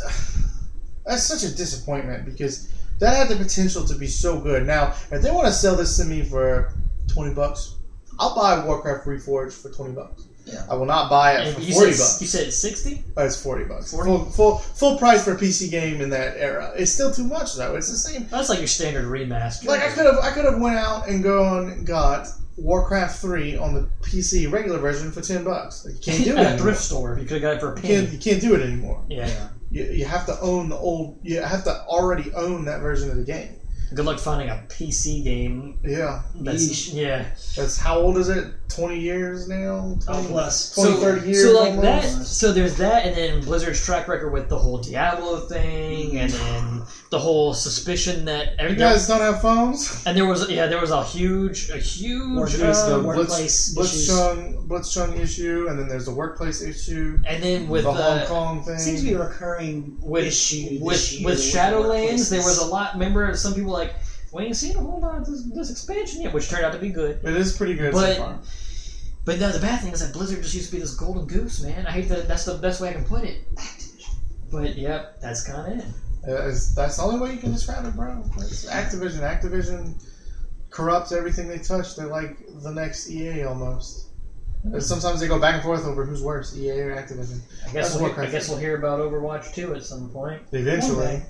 that's such a disappointment because that had the potential to be so good. Now, if they want to sell this to me for twenty bucks, I'll buy Warcraft Reforged for twenty bucks.
Yeah.
I will not buy it
And
for
you,
forty
said,
bucks.
you said sixty.
Oh, it's forty bucks.
40?
Full, full full price for a PC game in that era. It's still too much though. It's the same
That's like your standard remaster.
Like I could have, I could have went out and gone and got Warcraft three on the PC regular version for ten bucks. Like, you can't do
at
it.
a
anymore.
thrift store. You could have got it for a
You can't,
penny.
you can't do it anymore.
Yeah.
You, you have to own the old. You have to already own that version of the game.
Good luck finding a PC game.
Yeah,
That's
Yeesh.
yeah.
that's how old is it? Twenty years now.
Oh,
20,
Plus.
20
so,
30 years.
So like that.
almost.
So there's that, and then Blizzard's track record with the whole Diablo thing, and then
Mm-hmm.
the whole suspicion that
You
everything.
guys don't
(laughs)
have phones.
and there was yeah, there was a huge, a
Or
huge.
just
um,
the workplace issues.
Blitzchung, Blitzchung issue, and then there's the workplace issue.
and then with
the
uh,
Hong Kong thing.
Seems to be a recurring
with
issue
with
this year
with
the
Shadowlands,
workplaces.
there was a lot. Remember, some people like we ain't seen a whole lot of this, this expansion yet, which turned out to be good.
it is pretty good
But-
so far.
But now the bad thing is that Blizzard just used to be this golden goose, man. I hate that. That's the best way I can put it. But yep, that's kind of it.
Uh, Is, that's the only way you can describe it, bro. It's Activision. Activision corrupts everything they touch. They're like the next EA almost.
Hmm.
And Sometimes they go back and forth over who's worse, EA or Activision.
I
That's
guess we'll, I
Warcraft.
guess we'll hear about Overwatch 2 at some point.
Eventually.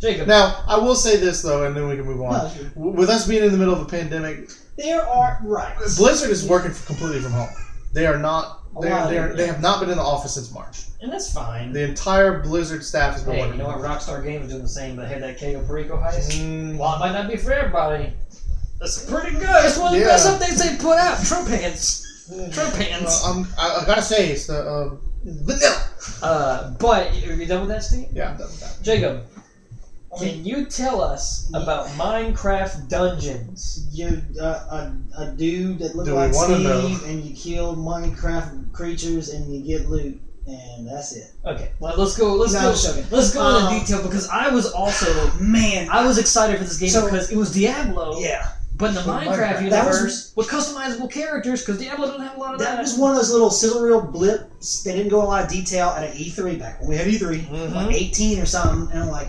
Jacob,
Now, I will say this though, and then we can move on.
No, sure.
W- With us being in the middle of a pandemic,
There are right.
Blizzard is working f- completely from home. They are not.
A
They,
lot
are,
of
they, are,
it.
they have not been in the office since March.
and that's fine.
The entire Blizzard staff has been
Hey, you
working.
know what?
from home.
Rockstar Games is doing the same. They had that Kato Perico heist.
Mm-hmm.
Mm,
While it might not be for everybody, that's pretty good. It's one of the
Yeah.
best updates they put out. Trump hands. Trump hands.
well, I'm, I, I gotta say, it's the uh, vanilla.
Uh, but are you done with that, Steve?
Yeah, I'm done with that.
Jacob, can you tell us about Minecraft Dungeons?
You uh, a, a dude that looked
Do we
like
wanna
Steve,
know?
and you kill Minecraft creatures, and you get loot. and that's it.
Okay, well, let's go. Let's
No,
go.
I'm joking.
Let's go
Um,
into detail because I was also
Man,
I was excited for this game
So-
because it was Diablo,
yeah,
but in the
So
Minecraft
Minecraft-
that was-
universe with customizable characters because Diablo doesn't have a lot of that.
that was one of those little sizzle reel blips. They didn't go in a lot of detail at an E3 back when we had E3,
Mhm.
like 18 or something, and I'm like.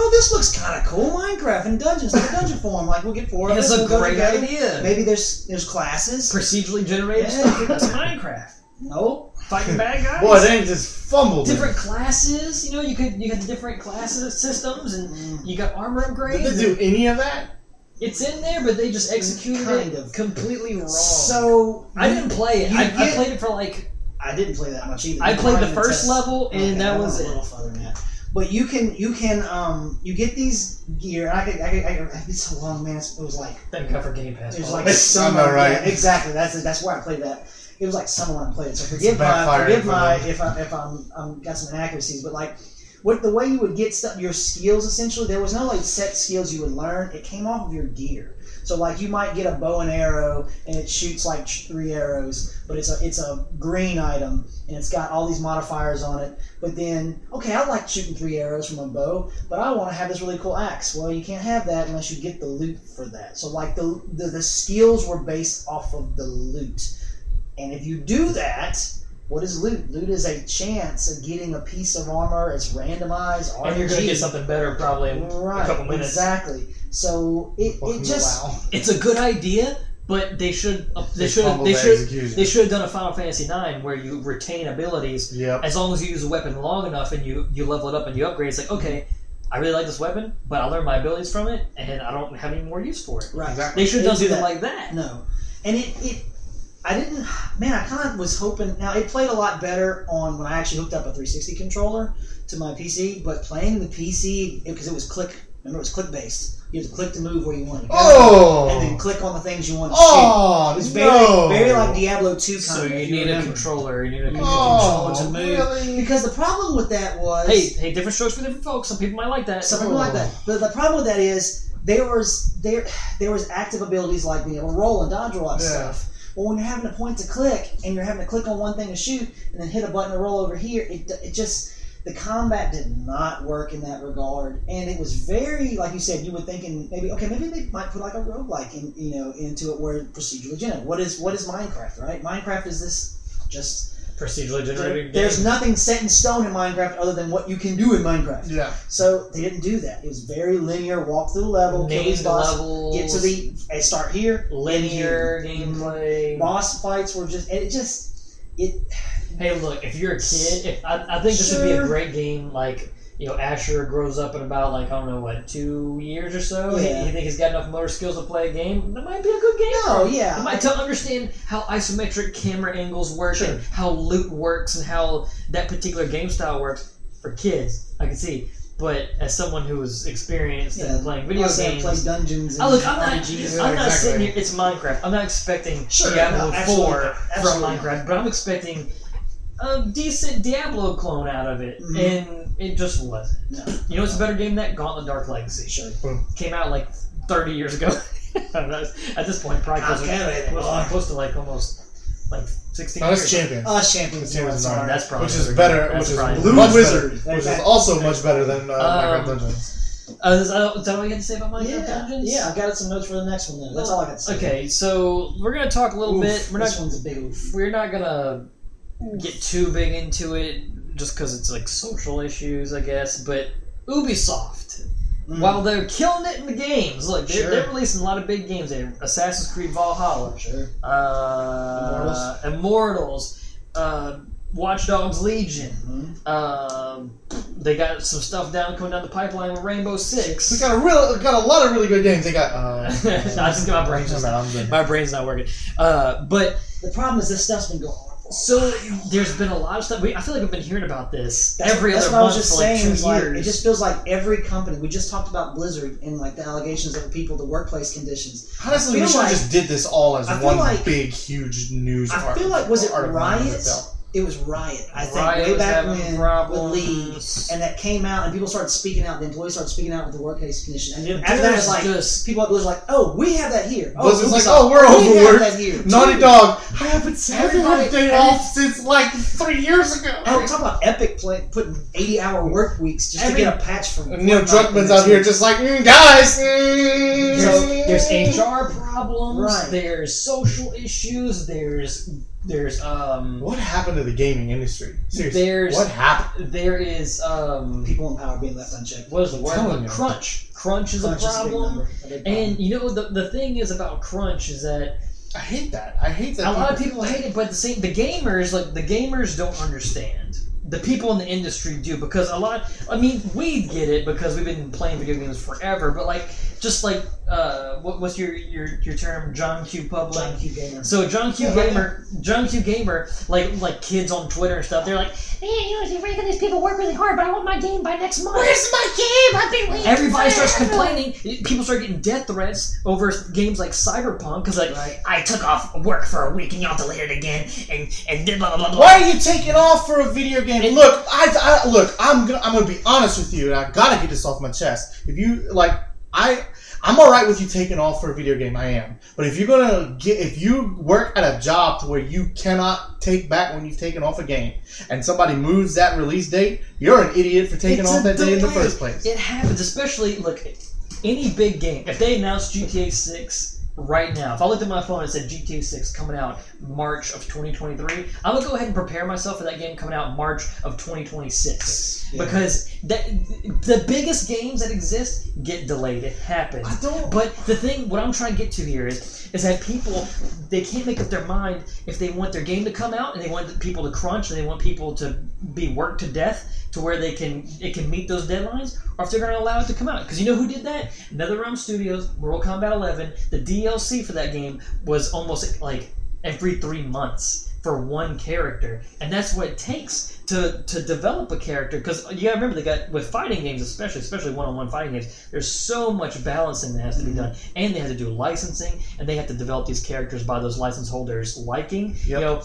Oh, this looks kind of cool. Minecraft and dungeons, like a dungeon form. Like we'll get four of
That's
us.
a
we'll go
great
together.
idea.
Maybe there's there's classes.
Procedurally generated
Yeah.
stuff. That's Minecraft.
Nope.
Fighting
(laughs)
bad guys.
Boy, they just fumbled. it.
different classes. You know, you could you got the different classes systems,
Mm.
and you got armor
Did they
upgrades.
do any of that?
It's in there, but they just executed
Kind
it
of.
completely wrong.
So
I didn't play it.
you
I, I
get-
played it for like
I didn't play that much either.
I played the
Mine
first
test-
level, and
Okay,
that
I
was
went a
it.
little further than that. But you can you can um you get these gear. I could, I could, I could, it's so long, man. It's- It was like
That cover Game Pass.
it was
by the
like
way.
summer.
Summer, right?
yeah, exactly. That's it. That's where I played that. It was like summer when I played it. So forgive my
backfiring
forgive
for
my
me.
if I if I'm, I'm got some inaccuracies, but like. What, the way you would get stuff, your skills essentially, there was no like set skills you would learn. It came off of your gear. So like you might get a bow and arrow and it shoots like sh- three arrows, but it's a it's a green item and it's got all these modifiers on it. But then okay, I like shooting three arrows from a bow, but I want to have this really cool axe. Well, you can't have that unless you get the loot for that. So like the the, the skills were based off of the loot, and if you do that. What is loot? Loot is a chance of getting a piece of armor. It's randomized. RNG.
and you're gonna get something better probably in
right?
a couple minutes.
Exactly. So it,
Welcome
it
to
just
WoW.
It's a good idea, but they should uh, they should
fumbled
they
the
should
execution.
they should have done a Final Fantasy IX where you retain abilities
Yep.
as long as you use a weapon long enough and you you level it up and you upgrade. It's like okay, I really like this weapon, but I learned my abilities from it, and I don't have any more use for it.
Right.
Exactly.
They should have done
They do
something
that.
like that.
No. And it, it I didn't man, I kinda was hoping now it played a lot better on when I actually hooked up a three sixty controller to my PC, but playing the PC because it was click remember it was click based. You have to click to move where you want to go.
Oh.
And then click on the things you want to shoot.
Oh,
It was very,
no.
very like Diablo 2 kind
So
of.
you
if
need a
remember.
controller. You need a controller.
Oh,
control to move.
really?
Because the problem with that was
Hey, hey, different strokes for different folks. Some people might like that.
something like that. But the problem with that is there was there there was active abilities like being able to roll and dodge a lot of
Yeah.
stuff. Well, when you're having to point to click and you're having to click on one thing to shoot and then hit a button to roll over here, it it just the combat did not work in that regard, and it was very like you said. You were thinking maybe okay, maybe they might put like a roguelike in you know into it where procedurally generated. What is what is Minecraft, right? Minecraft is this just
Procedurally generated.
there's
game.
nothing set in stone in Minecraft other than what you can do in Minecraft.
Yeah.
So they didn't do that. It was very linear. Walk through the level, kill
Name
these
the
boss,
levels,
get to the I start here.
linear gameplay.
Boss fights were just and it just it
Hey, look, if you're a kid, if, I, I think this would be a
Sure.
great game. Like, you know, Asher grows up in about, like, I don't know, what, two years or so? He-
Yeah.
You think he's got enough motor skills to play a game? That might be a good game.
no
I
oh, yeah
might to understand how isometric camera angles work
Sure.
and how loot works and how that particular game style works for kids. I can see, but as someone who is experienced
yeah.
in playing video
Plus, I
games,
play dungeons. And
I Oh, look, I'm not,
RPGs.
I'm not
Exactly.
sitting here. It's Minecraft. I'm not expecting
Sure,
Diablo
no, absolutely
Four
not.
from
Absolutely not.
Minecraft, but I'm expecting a decent Diablo clone out of it,
Mhm.
and it just wasn't.
No.
You know, it's a better game than that Gauntlet: Dark Legacy
Sure.
came out like 30 years ago. (laughs) At this point, probably
How
close,
can it?
to, close, close to like almost like 16
Now that's
years.
champion.
Us Uh, champions.
Champions
I'm
of
sorry.
Honor.
That's probably
Which is
pretty
better,
good. That's
which is
probably
Blue
much
Wizard,
better.
which is
Exactly.
also much better than uh,
Um,
Minecraft Dungeons.
Uh, is, that, is that all you had to say about Minecraft
Yeah,
Dungeons?
yeah. I got some notes for the next one though. That's all I got to say.
Oh, Okay, so we're gonna talk a little
Oof,
bit. We're
this
not
one's a big oof.
we're not gonna get too big into it just because it's like social issues, I guess. But Ubisoft,
Mm.
while they're killing it in the games, look, they're,
Sure.
they're releasing a lot of big games. They Assassin's Creed Valhalla,
Sure.
uh, Immortals, uh, Watch Dogs Legion.
Mhm.
Um, they got some stuff down coming down the pipeline with Rainbow Six.
We got a real, we got a lot of really good games. They got.
(laughs) I
Uh,
just got my brain just-
No, I'm good.
My brain's not working. Uh, but
The problem is this stuff's been going on. for a
so
while.
there's been a lot of stuff. We, I feel like I've been hearing about this
That's-
every
that's
other
what I
month
was just
for like
saying,
two
is like,
years.
it just feels like every company. We just talked about Blizzard and like the allegations of the people, the workplace conditions.
Honestly,
I
we
feel
should have
like-
just did this all as
I feel
one
like-
big, huge news.
I
art-
feel like was it
article.
Riot It was Riot. I think
Riot
way
was
back
having
when
problems.
with League, and that came out, and people started speaking out. The employees started speaking out with the workplace condition, and then after that, it's like
just
people at Blizzard are like, "Oh, we have that here." Oh,
Blizzard's like,
Ubisoft,
"Oh, we're
we have
overworked."
that here
Naughty
too."
Dog. I haven't had
Everybody-
a day off since like three years ago.
Oh, talk about Epic play, putting eighty-hour work weeks just
Every-
to get a patch from
Neil
Fortnite
Druckmann's
and
out here
it's-
just like, mm, guys. mm."
So there's HR problems.
Right.
There's social issues. There's there's um
What happened to the gaming industry? Seriously,
There's-
what happened?
there is um
people in power being left unchecked.
what is the
telling
word
you.
crunch. Crunch is
Crunch
a
is a big
problem.
number, a big problem.
And you know the the thing is about crunch is that
I hate that. I hate that.
a lot of people hate it, but the same the gamers like the gamers don't understand. The people in the industry do because a lot. I mean, we get it because we've been playing video games forever. But like, just like, uh, what, what's your your your term? John Q. Public.
John Q. Gamer.
So John Q
Yeah, right
Gamer, John Q Gamer, like like kids on Twitter and stuff, they're like, man, you know, they're making these people work really hard, but I want my game by next month. Where's my game? I've been waiting. Everybody starts complaining. People start getting death threats over games like Cyberpunk because like
Right.
I took off work for a week and y'all delayed it again, and and then blah blah blah. blah.
Why are you taking off for a video game? look, I, I look. I'm gonna I'm gonna be honest with you, and I gotta get this off my chest. If you like, I I'm all right with you taking off for a video game. I am, but if you're gonna get if you work at a job to where you cannot take back when you've taken off a game, and somebody moves that release date, you're an idiot for taking
It's
off
a
that day in the
delay.
first place.
It happens, especially look, any big game. If they announced GTA Six right now, if I looked at my phone and said GTA Six coming out March of 2023, I would go ahead and prepare myself for that game coming out March of 2026
Yeah.
because that the biggest games that exist get delayed. It happens.
I don't-
But the thing, what I'm trying to get to here is, is that people they can't make up their mind if they want their game to come out and they want people to crunch and they want people to be worked to death to where they can it can meet those deadlines or if they're going to allow it to come out because you know who did that NetherRealm Studios Mortal Kombat 11 the DLC for that game was almost like every 3 months for one character and that's what it takes to, to develop a character because you gotta remember they got with fighting games especially especially one-on-one fighting games there's so much balancing that has to be
Mm-hmm.
done and they have to do licensing and they have to develop these characters by those license holders liking you
Yep.
know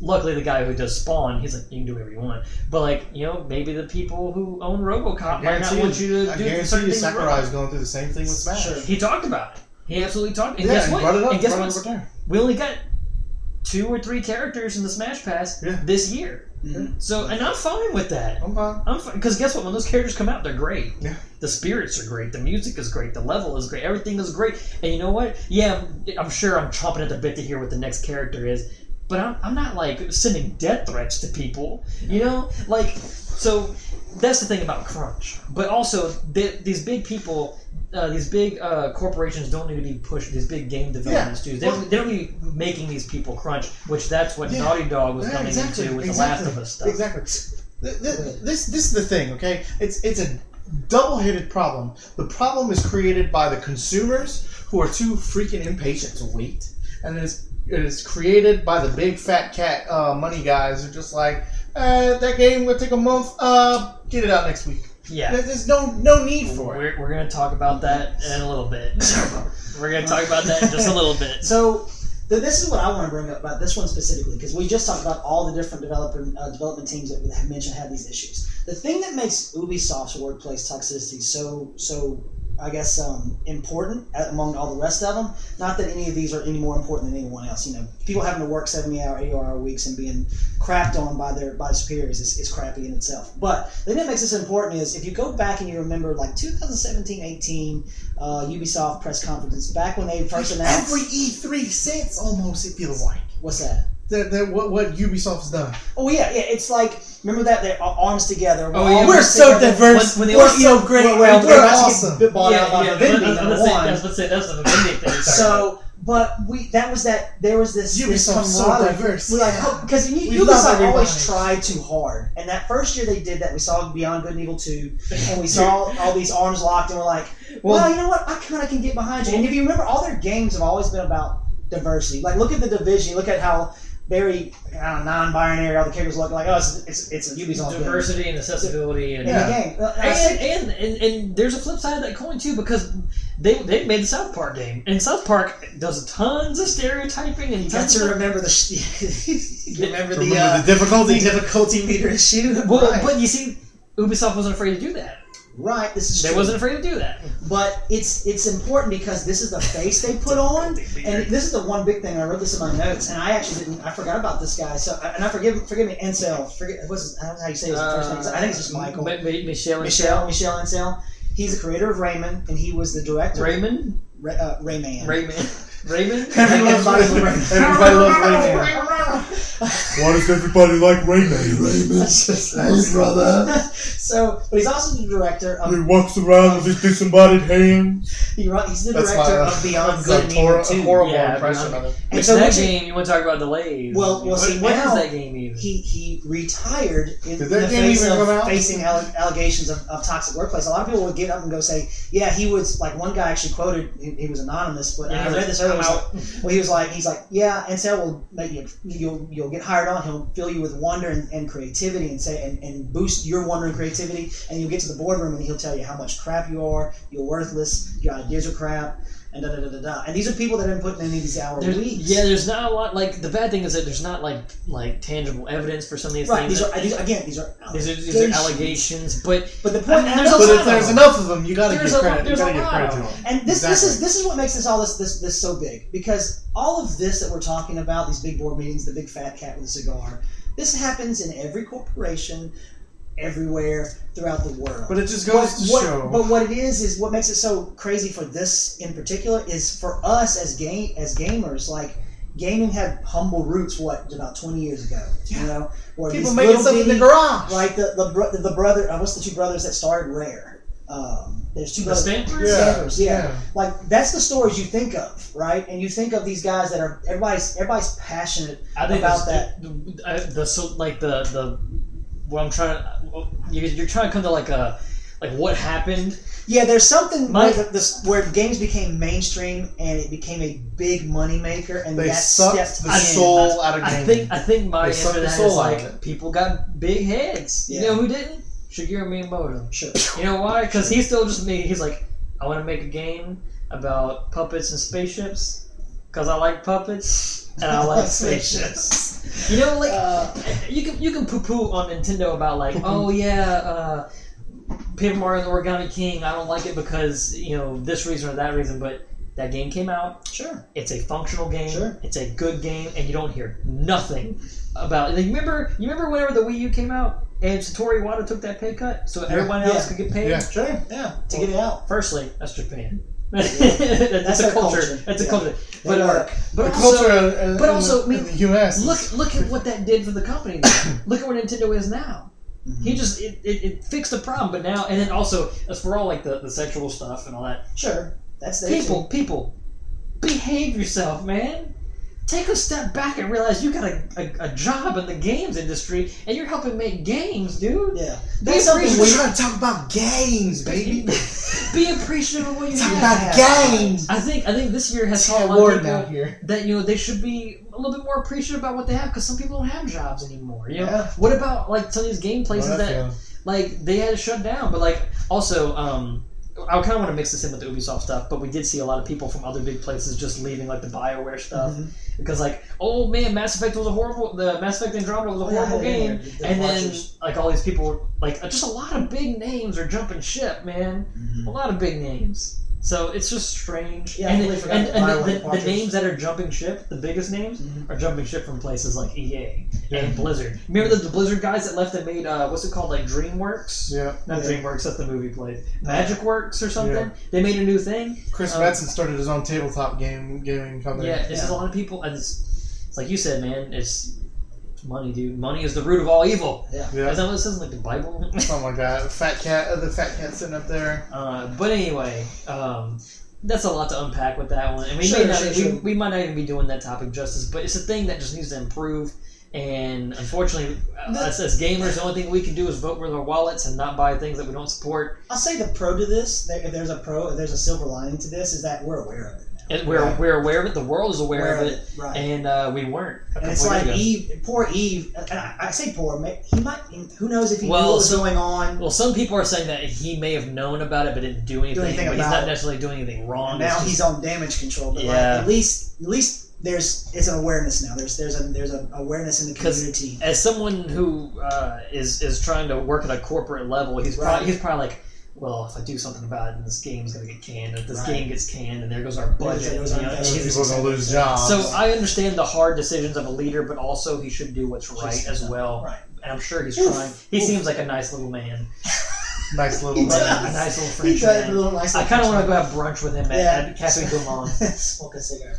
luckily the guy who does spawn he's like you can do whatever you want but like you know maybe the people who own robocop might not
guarantee
want you to
I
do
guarantee
certain
you,
things
Sakurai is going through the same thing with Smash.
Sure.
he talked about it he absolutely talked and
Yeah,
guess
he
what
brought it up.
and guess
brought
what
It up right there.
we only got two or three characters in the Smash Pass
Yeah.
this year.
Mhm.
So, and I'm fine with that.
I'm fine.
I'm fine because guess what? When those characters come out, they're great.
Yeah.
The spirits are great. The music is great. The level is great. Everything is great. And you know what? Yeah, I'm sure I'm chomping at the bit to hear what the next character is. But I'm, I'm not like sending death threats to people. You know, like so. That's the thing about crunch. But also, th these big people, uh, these big uh, corporations don't need to be pushed. These big game development
Yeah.
studios, they don't, they don't need to be making these people crunch. Which that's what
Yeah.
Naughty Dog was
Yeah,
coming
exactly,
into with
exactly,
the Last of Us stuff.
Exactly. Th- th- This this is the thing, okay? It's it's a double-headed problem. The problem is created by the consumers who are too freaking impatient to wait, and it's it is created by the big fat cat uh, money guys who are just like, uh, that game will take a month. Uh, get it out next week.
Yeah.
There- There's no no need for it.
We're, we're gonna talk about that in a little
(laughs)
bit. we're gonna talk about that in just a little bit.
So th- this is what I want to bring up about this one specifically because we just talked about all the different developer uh, development teams that we have mentioned have these issues. The thing that makes Ubisoft's workplace toxicity so so I guess um, important among all the rest of them. Not that any of these are any more important than anyone else. You know, people having to work seventy hour, eighty hour weeks and being crapped on by their by superiors is, is crappy in itself. But the thing that makes this important is if you go back and you remember like 2017, 18 uh, Ubisoft press conferences back when they first announced
Every E3 since almost it feels like
What's that?
that, that what what Ubisoft's done.
Oh yeah, yeah. It's like remember that they're a- arms together.
Oh, yeah,
all-
we're so diverse. When- when they were
so great.
We're-
Well,
we're
we're about to
awesome.
get bought out by Vivendi,
let's,
number
say,
one.
that's, let's say that's the Vivendi thing.
So, but we that was that there was this, this
Ubisoft's so
camaraderie.
diverse.
We're like, because you
We
Ubisoft
love everybody.
always tried too hard. And that first year they did that, we saw Beyond Good and Evil two, and we saw all these arms locked, and we're like, well, you know what? I kind of can get behind you. And if you remember, all their games have always been about diversity. Like, look at the division. Look at how very uh, non-binary. All the characters look like us. It's it's a Ubisoft game.
Diversity and accessibility and.
in
Yeah.
the game. Uh, I
And,
said-
and, and and there's a flip side of that coin too because they they made the South Park game and South Park does tons of stereotyping and
you got
tons
to
of
remember the sh- (laughs) you remember the,
Remember
uh,
the difficulty?
the difficulty meter issue.
well,
Right.
but you see, Ubisoft wasn't afraid to do that.
Right, this is
They
true.
wasn't afraid to do that.
but it's it's important because this is the face they (laughs) put on, and this is the one big thing. I wrote this in my notes, and I actually didn't. I forgot about this guy. So, and I forgive forgive me, Ansel. Forget what's his, I don't know how you say his first name. I think it's just Uh, Michael,
Uh, Ma- Ma- Michelle and
Michelle, Michelle Ansel. He's the creator of Raymond, and he was the director.
Raymond.
Ray, uh, Rayman. (laughs)
Raymond. Raymond.
Everyone loves Raymond. (laughs)
Everybody loves Rayman. Why does everybody like Rayman?
That's just- (laughs)
Hey, brother.
so, but he's also the director of
He walks around with his disembodied hands.
he, run- he's the
That's
director
my, uh,
of Beyond
It's
Good
like
and
hor-
Evil
a
2.
horrible
Yeah,
impression of it.
And
Which
so
that
what you-
game, you want to talk about delays?
Well, well,
what,
see,
what
now-
is that game even?
he he retired in,
Did
in
that
the
game
face
even
of
come out?
facing alle- allegations of, of toxic workplace. A lot of people would get up and go say, "Yeah, he was like." One guy actually quoted. He, he was anonymous, but
Yeah,
I
he's
read
like,
this earlier.
"I'm
was like- well, he was like, he's like, "Yeah, Ansel will make you. You'll you'll get hired on. He'll fill you with wonder and, and creativity, and say and, and boost your wonder and creativity. And you'll get to the boardroom, and he'll tell you how much crap you are. You're worthless. Your ideas are crap." And da, da, da, da, da. And these are people that didn't put in any of these hour
There's-
weeks.
yeah, there's not a lot. Like the bad thing is that there's not like like tangible evidence for some of these
right.
things.
These are, these are again. These are
These are, these are allegations, but
But the point,
And
and there's
there's
a
But
lot
if
of
there's
them.
enough of them, you gotta
There's
give
a lot-
credit. You
there's a
gotta give
lot
credit
of
to
them.
them.
And this, this
Exactly.
is this is what makes this all this, this this so big because all of this that we're talking about, these big board meetings, the big fat cat with a cigar, this happens in every corporation, everywhere throughout the world.
But it just
What-
goes to
what-
show.
But what it is is what makes it so crazy for this in particular is for us as game as gamers, like gaming had humble roots. What about twenty years ago? You know, where
People
these
making
little
stuff in the
bitty-
garage.
like the the, bro- the, the brother. Uh, what's the two brothers that started Rare? Um, there's two
the
brothers.
Stanfords.
Yeah.
Sanders, yeah.
yeah.
Like that's the stories you think of, right? And you think of these guys that are everybody's everybody's passionate
I think
about that.
that the, I- the so like the the what I'm trying to you- you're trying to come to like a like what happened.
Yeah, there's something
My-
where, the, this, where games became mainstream and it became a big money maker, and
They
that
sucked
stepped
the
in.
soul out of
I
gaming.
think I think my
They
answer
suck
to
the
that
soul
is
out
like
of it.
people got big heads.
Yeah.
You know who didn't? Shigeru Miyamoto.
Sure.
You know why? Because he's still just me. He's like, I want to make a game about puppets and spaceships because I like puppets and I
(laughs)
like spaceships. You know, like
Uh,
you can you can poo poo on Nintendo about
(laughs)
like, oh yeah, uh, Paper Mario and the Origami King. I don't like it because you know this reason or that reason, but that game came out.
sure.
It's a functional game.
Sure.
It's a good game, and you don't hear nothing about. Like, remember, you remember whenever the Wii U came out and Satoru Iwata took that pay cut, so everyone
Yeah.
else could get paid.
Yeah.
Sure. Yeah. To get it out.
Firstly, that's Japan.
That's
(laughs) that's,
their
a culture.
culture.
That's
Yeah.
a culture.
They
But, uh,
work.
but
the
also,
culture in- in,
but
in
also, I
the,
mean,
in the U.S.
Look! Look at what that did for the company. now. look at where Nintendo is now. He just it, it, it fixed the problem, but now and then also as for all like the, the sexual stuff and all that.
Sure. That's the
People, people, behave yourself, man. Take a step back and realize you got a, a, a job in the games industry and you're helping make games, dude.
Yeah.
Be
That's something
appreciative.
we
trying to talk about games, baby.
(laughs) Be appreciative of what you
Talk
have.
about games.
I think I think this year has taught a lot of
Award
people
now here.
that you know they should be a little bit more appreciative about what they have because some people don't have jobs anymore. You know,
Yeah.
what about like some of these game places
Well,
that
that's good.
like they had to shut down, but like also. um I kind of want to mix this in with the Ubisoft stuff, but we did see a lot of people from other big places just leaving, like the Bioware stuff,
Mm-hmm.
because like, oh man, Mass Effect was a horrible, the Mass Effect Andromeda was a
Oh, Yeah,
horrible
yeah, yeah,
game,
the
and then
departures.
like all these people, were, like just a lot of big names are jumping ship, man a lot of big names. So it's just strange.
Yeah, I
and
totally forgot
and,
that
and
Bioware
the, the,
departures.
the names that are jumping ship, the biggest names, are jumping ship from places like EA
Yeah.
and Blizzard. Remember the, the Blizzard guys that left and made uh, what's it called, like DreamWorks?
Yeah.
Not
Yeah.
DreamWorks, that's the movie played. Magic Works or something. They made a new thing.
Chris
Um,
Metzen started his own tabletop game gaming company.
Yeah, it's just a
Yeah.
lot of people. And it's, it's like you said, man. It's it's money, dude. Money is the root of all evil.
Yeah.
Is that what it says in like the Bible? (laughs)
Something like that. Fat cat, uh, the fat cat sitting up there.
Uh, but anyway, um, that's a lot to unpack with that one. And we,
Sure,
may not,
sure,
we,
sure.
we might not even be doing that topic justice, but it's a thing that just needs to improve. And unfortunately, uh,
The-
us as gamers, the only thing we can do is vote with our wallets and not buy things that we don't support.
I'll say the pro to this, there, if there's a pro, if there's a silver lining to this, is that we're aware of it now.
It- we're
Right.
we're aware of it. The world is aware,
Aware
of
of
it,
it, right.
and uh, we weren't. a
And
couple
it's
years
like e-
ago.
Eve, poor Eve. And I, I say poor. ma- He might. Who knows if he knew
Well,
what was
so-
going on?
Well, some people are saying that he may have known about it but didn't do anything.
anything
but he's
about
not
it.
necessarily doing anything wrong.
And now
It's just-
he's on damage control. But
Yeah.
like, at least, at least there's it's an awareness now. There's there's a there's an awareness in the
'Cause-
community.
as someone who uh, is is trying to work at a corporate level, he's
Right.
probably he's probably like, well, if I do something about it, then this game's gonna get canned. and If this
Right.
game gets canned, and there goes our budget.
goes
you
our
know,
budget.
it's-
People are gonna lose jobs.
so I understand the hard decisions of a leader, but also he should do what's right
Just-
as well.
Right.
And I'm sure he's
Oof.
trying. He
Oof.
seems like a nice little man, (laughs)
nice little
He
a
man.
does.
nice little
He
French
does a
man.
little nice.
I kind of (laughs) want to go have brunch with him at,
Yeah.
at Cafe Du Monde.
smoke a cigarette.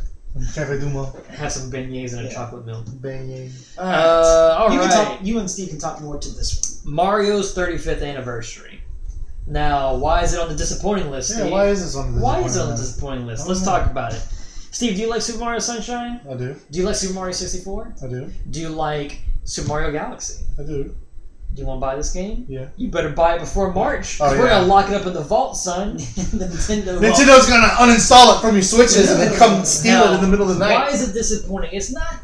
Cafe du Monde.
have some beignets and a
Yeah.
chocolate milk.
Banging.
All right.
Uh, all
you
right.
can talk. You and Steve can talk more to this
Mario's 35th anniversary. Now, why is it on the disappointing list?
Yeah,
Steve?
why is this on the
Why is it on the
disappointment
disappointing list?
I
Let's
don't
talk about it. Steve, do you like Super Mario Sunshine?
list? I do.
Do you like Super Mario 64?
I do.
Do you like Super Mario Galaxy?
I do.
Do you want to buy this game?
Yeah.
You better buy it before March. 'cause
Oh,
we're
yeah.
gonna lock it up in the vault, son. (laughs)
one. the Nintendo.
Nintendo's gonna uninstall it from your switches and then come steal it in the middle of the
Why
night.
is it disappointing? It's not.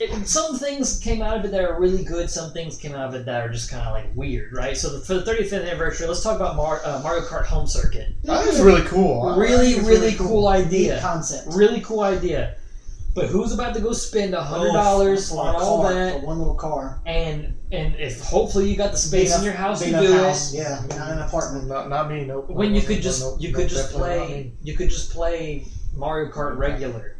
It, some things came out of it that are really good. Some things came out of it that are just kind of like weird, right? So the, for the 35th anniversary, let's talk about Mar- uh, Mario Kart Home Circuit.
That is really cool. I- I
Really,
think it's
really cool idea.
concept.
Really cool idea. But who's about to go spend
Oh,
a hundred dollars
for
on
a
all
car,
that?
for one little car.
And and if hopefully you got the space
Big
in your
enough-
house to
big
do
enough
it,
house, Yeah, not an
cool.
apartment.
Not, not me, nope.
when
No,
you
no,
could
no,
just
no,
you
no,
could just
definitely not
play
me.
you could just play Mario Kart regular,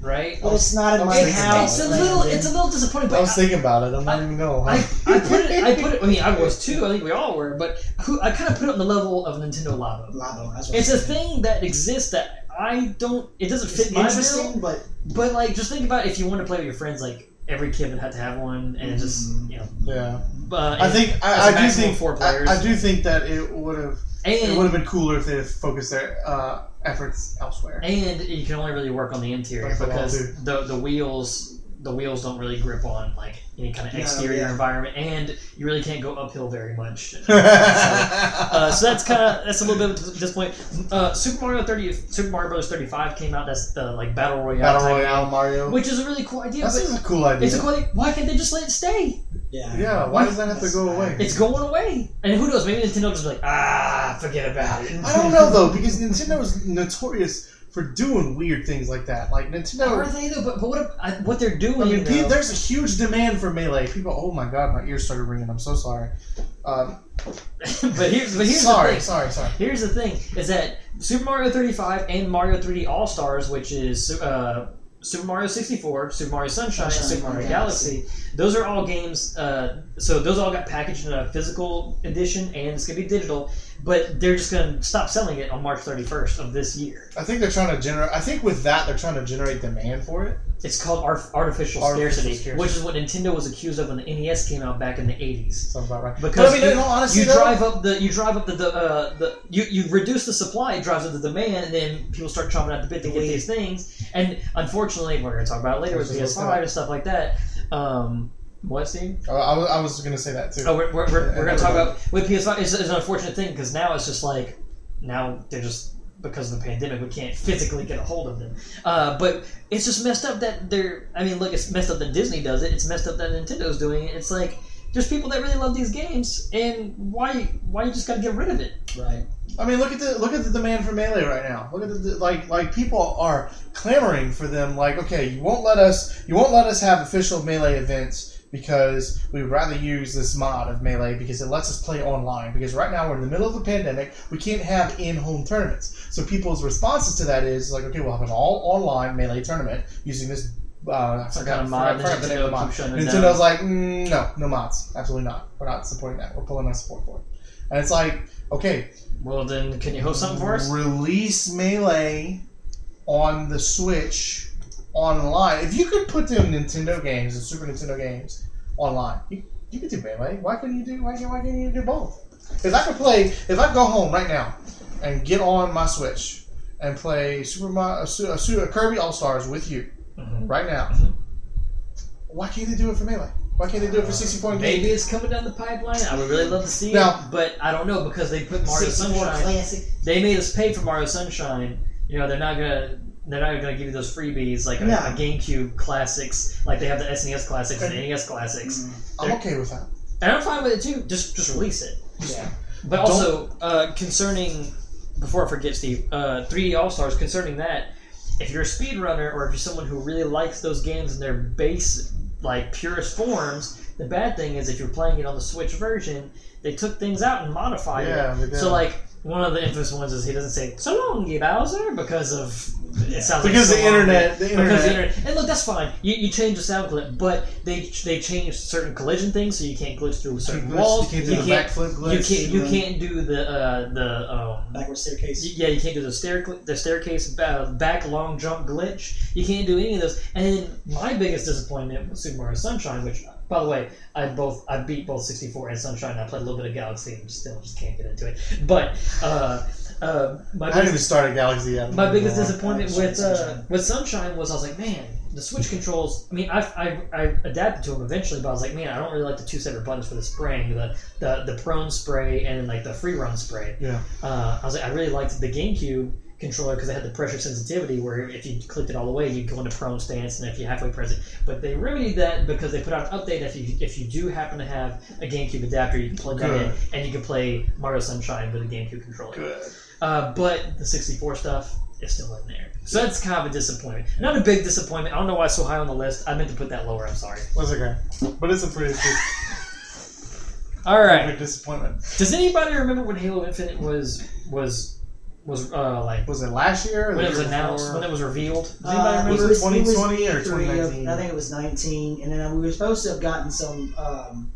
right?
But it's not
I
in
was
Oh my
thinking about
house.
It's a
it.
little it's a little disappointing,
I
but
was thinking about it. I'm not
I-
even gonna
I,
lie.
(laughs)
I put it. I put it. I mean, I was too. I think we all were. But who, I kind of put it on the level of Nintendo Labo.
Labo, that's what
It's
I'm
a
saying.
thing that exists that I don't. It doesn't
It's
fit my
interesting,
bill.
but
But like, just think about if you want to play with your friends. Like every kid would have to have one, and it just you know.
Yeah,
Uh,
I think
It's a
I, I do
maximum
think
four
I,
players.
I do think that it would have it would
and
have been cooler if they had focused their uh, efforts elsewhere. (laughs)
and you can only really work on the interior
That's what I'll do.
because the the wheels the wheels don't really grip on like any kind of
No,
exterior
yeah.
environment, and you really can't go uphill very much. (laughs)
uh,
Uh, so that's kind of that's a little bit of a disappointment. Uh, Super Mario thirty, Super Mario Bros. thirty five came out. That's the like battle royale,
Battle
type,
Royale Mario.
which is a really cool idea.
that
But
seems a cool idea.
it's a cool. idea. Why can't they just let it stay?
yeah.
yeah, why does that have to go away?
It's going away, and who knows? Maybe Nintendo just be like ah, forget about it.
I don't know
(laughs)
though because Nintendo is notorious for doing weird things like that. Like
Are
Nintendo,
they though? But, but what if- Oh. I, what they're doing?
I mean,
though- (laughs)
pe- there's a huge demand for Melee. People, oh my god, my ears started ringing. I'm so sorry. Um,
but here's but here's
sorry,
the thing.
sorry, sorry.
Here's the thing is that Super Mario 35 and Mario 3D All Stars, which is uh, Super Mario 64, Super Mario Sunshine, and
Sunshine,
Super Mario
Galaxy.
Galaxy. Those are all games. Uh, so those all got packaged in a physical edition, and it's gonna be digital. But they're just gonna stop selling it on March 31st of this year.
I think they're trying to generate. I think with that, they're trying to generate demand for it.
It's called arf- artificial,
Artificial
scarcity,
scarcity.
which is what Nintendo was accused of when the NES came out back in the 80s.
Sounds about right.
Because
but I mean, in
you-
all honesty,
you
though,
drive up the you drive up the the, uh, the you, you reduce the supply, it drives up the demand, and then people start chomping at the bit to get
Wait.
these things. And unfortunately, we're going to talk about it later with
Which is
PS5 and stuff like that. Um, what Steve?
I, I was, I was gonna say that too.
Oh, we're, we're, we're,
Yeah,
we're going to talk
never mind.
about with PS5. It's, it's an unfortunate thing because now it's just like now they're just because of the pandemic we can't physically get a hold of them. Uh, but it's just messed up that they're. I mean, look, it's messed up that Disney does it. It's messed up that Nintendo's doing it. It's like. There's people that really love these games, and why? Why you just gotta get rid of it?
Right.
I mean, look at the look at the demand for melee right now. Look at the, the like like people are clamoring for them. Like, okay, you won't let us you won't let us have official melee events because we would rather use this mod of melee because it lets us play online. Because right now we're in the middle of a pandemic, we can't have in-home tournaments. So people's responses to that is like, okay, we'll have an all-online melee tournament using this. Uh, I
Some
forgot,
kind of mod
I forgot the
that
name
Nintendo
of the mod.
keeps shutting it
Nintendo's like, mm, no, no mods, absolutely not. We're not supporting that. We're pulling our support for it. And it's like, okay,
Well, then, can you host something for us?
Release Melee on the Switch online. If you could put them Nintendo games and Super Nintendo games online, you, you could do Melee. Why couldn't you do? Why, can't- why can't you do both? If I could play, if I go home right now and get on my Switch and play Super Mario, uh, Su- uh, Su- uh, Kirby All Stars with you
Mhm.
right now,
Mhm.
why can't they do it for Melee? Why can't they do it for 64 and
Maybe it's coming down the pipeline. I would really love to see
Now-
it, but I don't know because they put Mario
64
Sunshine.
classic.
They made us pay for Mario Sunshine. You know, they're not gonna. they're not even going to give you those freebies like a,
No.
a GameCube classics, like they have the SNES classics and the NES classics.
I'm okay with that.
And I'm fine with it too. Just just release it.
Yeah.
But also uh, concerning, before I forget, Steve, uh, 3D All Stars. Concerning that, if you're a speedrunner or if you're someone who really likes those games in their base, like purest forms, the bad thing is if you're playing it on the Switch version, they took things out and modified
Yeah, they
it.
did.
So like one of the infamous ones is he doesn't say "so long, you Bowser" because of it sounds
Because
like
the
so long,
internet- the
because the
internet.
internet. And look, that's fine. You, you change the sound clip, but they they changed certain collision things, so you can't glitch through certain
glitch-
walls.
you can't do the backflip
You
glitch,
can't. You
you know?
can't do the uh, the um,
Backward staircase.
yeah, you can't do the stair the staircase ba- back long jump glitch. You can't do any of those. And then my biggest disappointment was Super Mario Sunshine, which by the way, I both I beat both 64 and Sunshine. I played a little bit of Galaxy and still just can't get into it. But uh, uh, my
I
biggest,
didn't even start at Galaxy yet.
my biggest
Yeah.
disappointment
Sunshine,
with uh,
Sunshine.
with Sunshine was I was like, man, the Switch controls. I mean, I, I, I adapted to them eventually, but I was like, man, I don't really like the two separate buttons for the spraying, the the, the prone spray and like the free run spray
Yeah.
uh, I was like, I really liked the GameCube controller because it had the pressure sensitivity where if you clicked it all the way, you'd go into prone stance, and if you halfway press it, but they remedied that because they put out an update. If you if you do happen to have a GameCube adapter, you can plug that in,
Good.
and you can play Mario Sunshine with a GameCube controller.
Good.
Uh, but the 64 stuff is still in there, so that's kind of a disappointment. Not a big disappointment. I don't know why it's so high on the list. I meant to put that lower. I'm sorry.
That's okay. But it's a pretty big,
All right.
big disappointment.
Does anybody remember when Halo Infinite was was was uh, like?
Was it last year? Or
when
the
it was
year
announced,
before?
when it was revealed. Does
Uh,
anybody
it
remember?
was- it was
2020 or
three of-
2019?
I think it was 19, and then we were supposed to have gotten some um,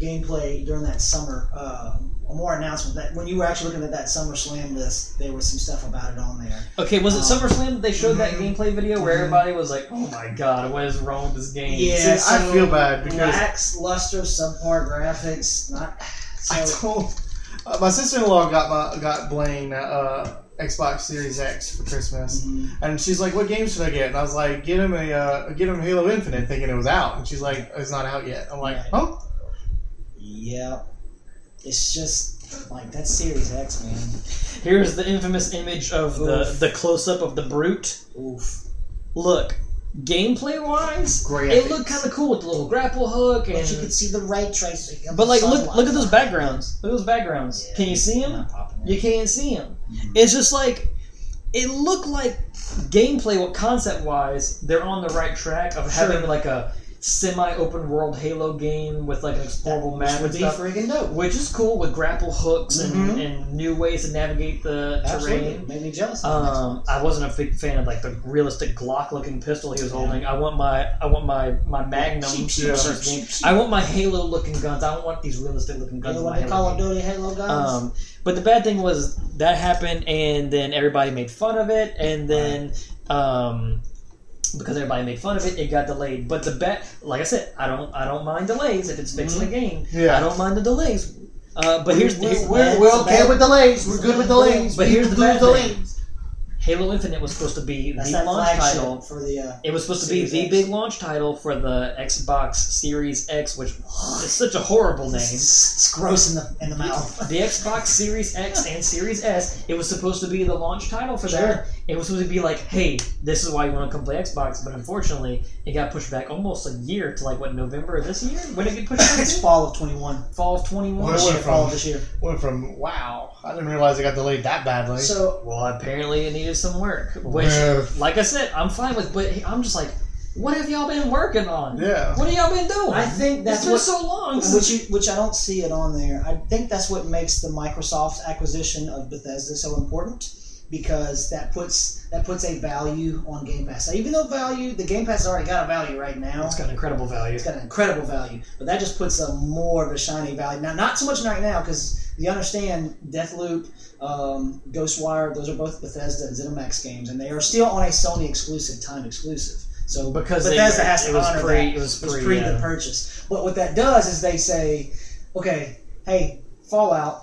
gameplay during that summer. Uh, more announcement that when you were actually looking at that Summer Slam list, there was some stuff about it on there.
Okay, was it
Um, Mm-hmm.
SummerSlam that they showed that
mhm.
gameplay video where
Mhm.
everybody was like, "Oh my god, what is wrong with this game?"
Yeah.
See, I
so-
feel bad because
Lacks luster, subpar graphics. Not (sighs) so.
(laughs) I told uh, my sister-in-law got my got Blaine uh, Xbox Series X for
Mm-hmm.
Christmas,
Mhm.
and she's like, "What games should I get?" And I was like, "Get him a uh, get him Halo Infinite," thinking it was out, and she's like, "It's not out yet." I'm like,
Right.
"Oh,
Yep. It's just like that's Series X, man.
Here's the infamous image of the
Oof.
the close up of the brute.
Oof.
Look, gameplay wise,
great!"
it looked kind of cool with the little grapple hook
But you could
and.
see the ray tracing. of
But
the
like, look,
sunlight.
look at those backgrounds. Look at those backgrounds.
Yeah, Uh-huh. Mm-hmm.
Can you see them?
not popping in.
You can't see him. It's just like it looked like gameplay, well, concept wise, they're on the right track of
Sure.
having like a semi-open world Halo game with like an explorable map
Which
and
would be
stuff,
friggin' dope.
which is cool with grapple hooks and,
Mm-hmm.
Mhm.
and new ways to navigate the
Absolutely.
terrain.
Made me jealous. of the next
Um, I wasn't a big fan of like the realistic Glock-looking pistol he was holding. I want my I want my my Magnum.
Cheap,
cheap,
yeah.
cheap, cheap, cheap.
I want my Halo-looking guns. I don't want these realistic-looking guns.
Another
in
one
my
of the
Halo
Call
game.
of Duty Halo guns.
Um, but the bad thing was that happened, and then everybody made fun of it, and then um, because everybody made fun of it, it got delayed. But the bad, like I said, I don't, I don't mind delays if it's fixing
Mm-hmm.
the game.
Yeah.
I don't mind the delays. Uh, but here's,
we're,
here's
we're, we're okay with delays. We're good with delays.
But
We
here's the
do
bad thing.
delays.
Halo Infinite was supposed to be
That's
the
that
launch
flagship
title.
for the. Uh,
It was supposed to be
Series
the
X.
big launch title for the Xbox Series X, which is such a horrible name.
it's, it's gross in the in the mouth.
(laughs) the Xbox Series X and Series S, it was supposed to be the launch title for that. It was supposed to be like, hey, this is why you want to come play Xbox, but unfortunately, it got pushed back almost a year to like what November of this year. When did it get pushed back?
it's
to?
(laughs) fall of twenty one.
Fall of twenty one.
Where
Fall
from?
of this year.
Went from wow. I didn't realize it got delayed that badly.
So
Well, apparently it needed some work, which,
Yeah.
like I said, I'm fine with. But I'm just like, what have y'all been working on?
yeah.
What have y'all been doing?
I think that's
it's been
what.
so long. since-
Which, you, which I don't see it on there. I think that's what makes the Microsoft acquisition of Bethesda so important because that puts that puts a value on Game Pass. Now, even though value, the Game Pass has already got a value right now.
It's got incredible value.
It's got an incredible value, but that just puts a more of a shiny value. Now, not so much right now because you understand Deathloop, um, Ghostwire, those are both Bethesda and ZeniMax games, and they are still on a Sony exclusive, time exclusive. So
Because they-
Bethesda has to
it was
honor
pre-
that.
it was pre, uh,
the
yeah.
purchase. But what that does is they say, okay, hey, Fallout,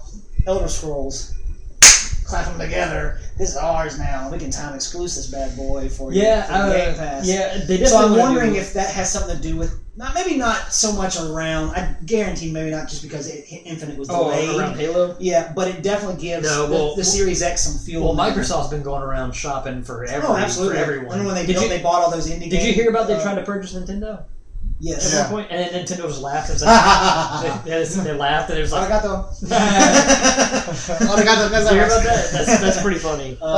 Elder Scrolls. Clap them together. This is ours now. We can time exclusive this bad boy for you.
Yeah,
for
uh,
Game Pass.
yeah. They
So
definitely
I'm
wanna do-
wondering if that has something to do with not maybe not so much around. I guarantee maybe not just because it, Infinite was delayed.
Oh, around Halo.
Yeah, but it definitely gives
No,
the-
well-
the, Series X some fuel.
Well, Microsoft's been going around shopping for every
Oh, absolutely.
for
Remember when
everyone.
they
Did
built,
you-
they bought all those indie
Did you hear about they
uh,
tried to purchase Nintendo at
Yes.
Yeah.
one point? And then Nintendo was laughing. It
(laughs)
was like-
Arigato.
they, they- they laughed and it was like,
(laughs)
Arigato
"Did you hear about that?
gozaimasu.
That's, that's pretty funny.
Uh,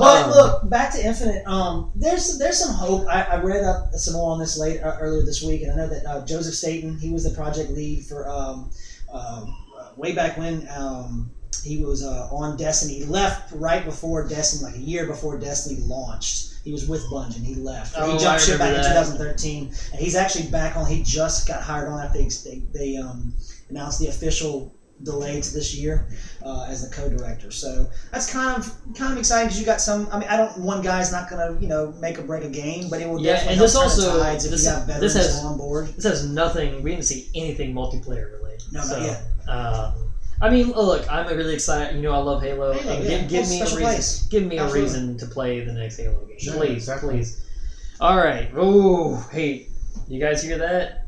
but
Um,
look, back to Infinite. Um, there's there's some hope. I, I read up some more on this late uh, earlier this week, and I know that uh, Joseph Staten, he was the project lead for um, um, uh, way back when um, he was uh, on Destiny. He left right before Destiny, like a year before Destiny launched. He was with Bungie, and he left.
Oh,
he
I
jumped ship back
remember
in
that.
2013, and he's actually back on. He just got hired on. I think they they um, announced the official delay to this year uh, as the co-director. So that's kind of kind of exciting because you got some. I mean, I don't. One guy's not going to you know make or break a game, but it will
Yeah,
definitely
and
help
this
turn
also-
the tides if
this-
you got veterans
this has-
on
(laughs)
board.
This has nothing. We didn't see anything multiplayer related.
No, not
so,
yet.
uh, I mean, look, I'm really excited. You know, I love Halo.
Halo,
and
yeah.
give, give
Well,
me a
special
reason.
place.
Give me
Absolutely.
a reason to play the next Halo game,
Sure,
please,
exactly.
please. All right. Oh, hey, you guys hear that?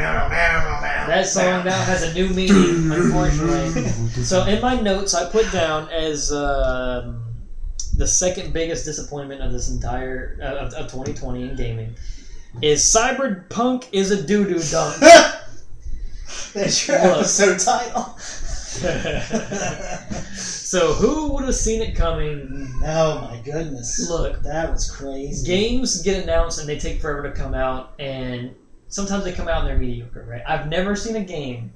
That song now has
(laughs)
a new meaning, unfortunately. So in my notes, I put down as um, the second biggest disappointment of this entire uh, of, of 2020 in gaming is Cyberpunk is a doo doo dunk.
That's your
Look.
episode (laughs) title.
(laughs) so who would have seen it coming?
oh my goodness!
Look,
that was crazy.
games get announced and they take forever to come out, and sometimes they come out and they're mediocre. Right? I've never seen a game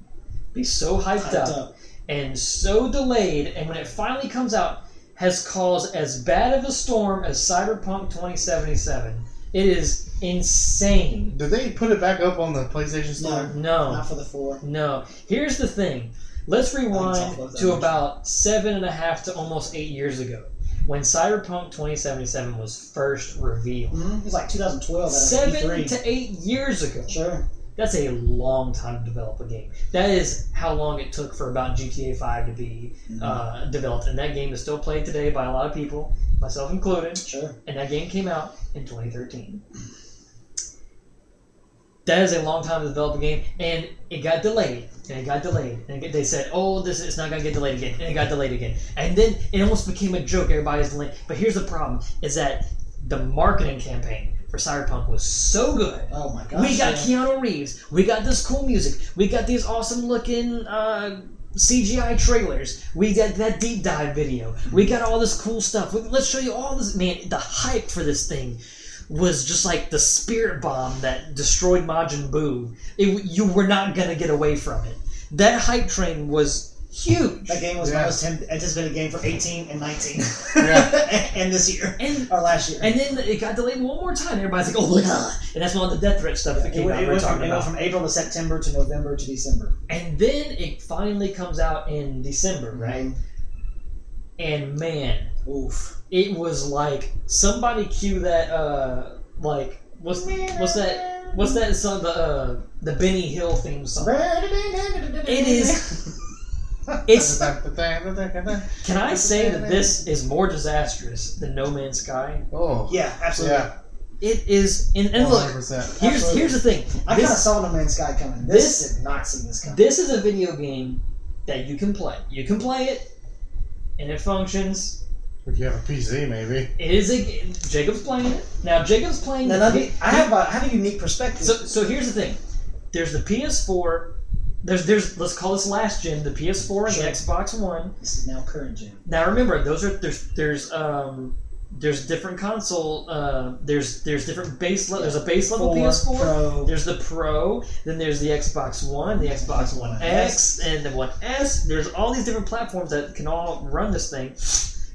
be so hyped,
Hyped
up,
up.
and so delayed, and when it finally comes out, has caused as bad of a storm as Cyberpunk 2077. It is insane.
Did they put it back up on the PlayStation Store?
No,
Not for the four.
no. Here's the thing. Let's
tough
rewind
love that
to
much.
about seven and a half to almost eight years ago, when Cyberpunk 2077 was first revealed.
Mhm, It was like 2012. Seven
Seven to eight years ago.
sure.
That's a long time to develop a game. That is how long it took for about GTA 5 to be
Mm-hmm.
uh, developed, and that game is still played today by a lot of people, myself included.
Sure.
And that game came out in 2013. That is a long time to develop a game, and it got delayed, and it got delayed, and they said, "Oh, this is not gonna get delayed again," and it got delayed again, and then it almost became a joke. Everybody's delayed, but here's the problem: is that the marketing campaign for Cyberpunk was so good,
Oh my gosh.
we got
yeah.
Keanu Reeves. We got this cool music. We got these awesome looking uh, CGI trailers. We got that deep dive video. We
Mm-hmm.
got all this cool stuff. We- Let's show you all this. Man, the hype for this thing was just like the spirit bomb that destroyed Majin Buu. It, you were not going to get away from it. That hype train was huge.
That game was
Yeah.
my most anticipated game for 18 and 19.
Yeah.
(laughs) and this year.
And-
or last year.
And then it got delayed one more time. Everybody's like, oh, look. ah." And that's when all the death threat stuff that
it,
came
went-
out.
it
we were
went
talking
from, it
about.
went from April to September to November to December.
And then it finally comes out in December, right? And man,
Oof.
it was like somebody cue that uh like what's what's that what's that song the uh the Benny Hill theme song. It
It
is
(laughs)
it's can I say that this is more disastrous than No Man's Sky?
Oh.
Yeah, absolutely.
Yeah.
It is and, and look,
100%.
here's
Absolutely.
here's the thing.
I kind of
This,
saw No Man's Sky coming. This,
this-
did not see this coming.
this is a video game that you can play. You can play it and it functions
If you have a PC, maybe.
It is a g- Jacob's playing it now. Jacob's playing the
Now, now,
P-
I have a, I have a unique perspective.
so so here's the thing. There's the PS4. There's there's let's call this last gen the PS4 and
Sure.
the Xbox One.
this is now current gen.
Now remember those are there's there's um there's different console uh there's there's different base level there's a base level
Four,
PS4.
Pro.
There's the Pro, then there's the Xbox One, the Xbox One X, and the One S. There's all these different platforms that can all run this thing,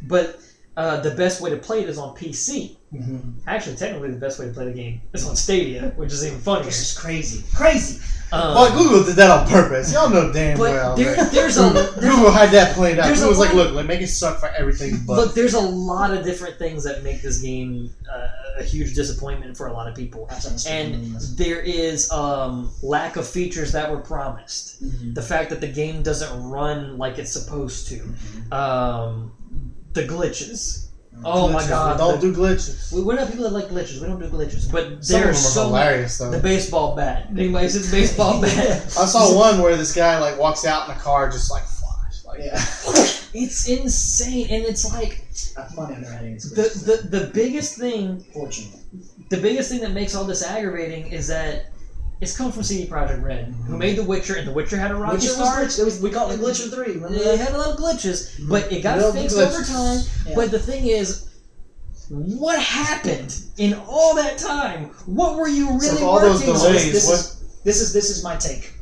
but uh, the best way to play it is on PC.
Mhm.
Actually, technically, the best way to play the game is on Stadia, which is even funnier.
This is crazy. Crazy.
Um,
Well, Google did that on purpose. Y'all know damn
but
well.
there,
that
there's
(laughs) Google,
a there's,
Google had that played out.
there's a
Google was like,
lot-
look, like, make it suck for everything but.
look, there's a lot of different things that make this game uh, a huge disappointment for a lot of people.
I'm sorry, I'm speaking
and
Mm.
meaningless.
there is um, lack of features that were promised.
Mhm.
The fact that the game
Mm-hmm.
doesn't run like it's supposed to, um, the glitches, Oh my
Mm. Glitches.
god.
Don't
the-
do glitches.
we, we're not people that like glitches. We don't do glitches. But
Some of them are
there's so
hilarious though.
The baseball bat. Anyway, it's a baseball bat.
(laughs) I saw one where this guy like walks out in a car just like flies. Like,
Yeah. (laughs)
It's insane, and it's like
I'm not underwriting this. The,
the the, the biggest thing
fortunately.
the biggest thing that makes all this aggravating is that it's come from CD Projekt Red, who made The Witcher, and The Witcher had a rocky
Which
start.
was, glitch- it was, we called it Glitcher 3, remember
It
that?
had a lot of glitches, but it got
Little
fixed
glitches.
over time.
Yeah.
But the thing is, what happened in all that time? What were you
so
really
all
working
those
on?
delays,
this
what
is this is this is my take.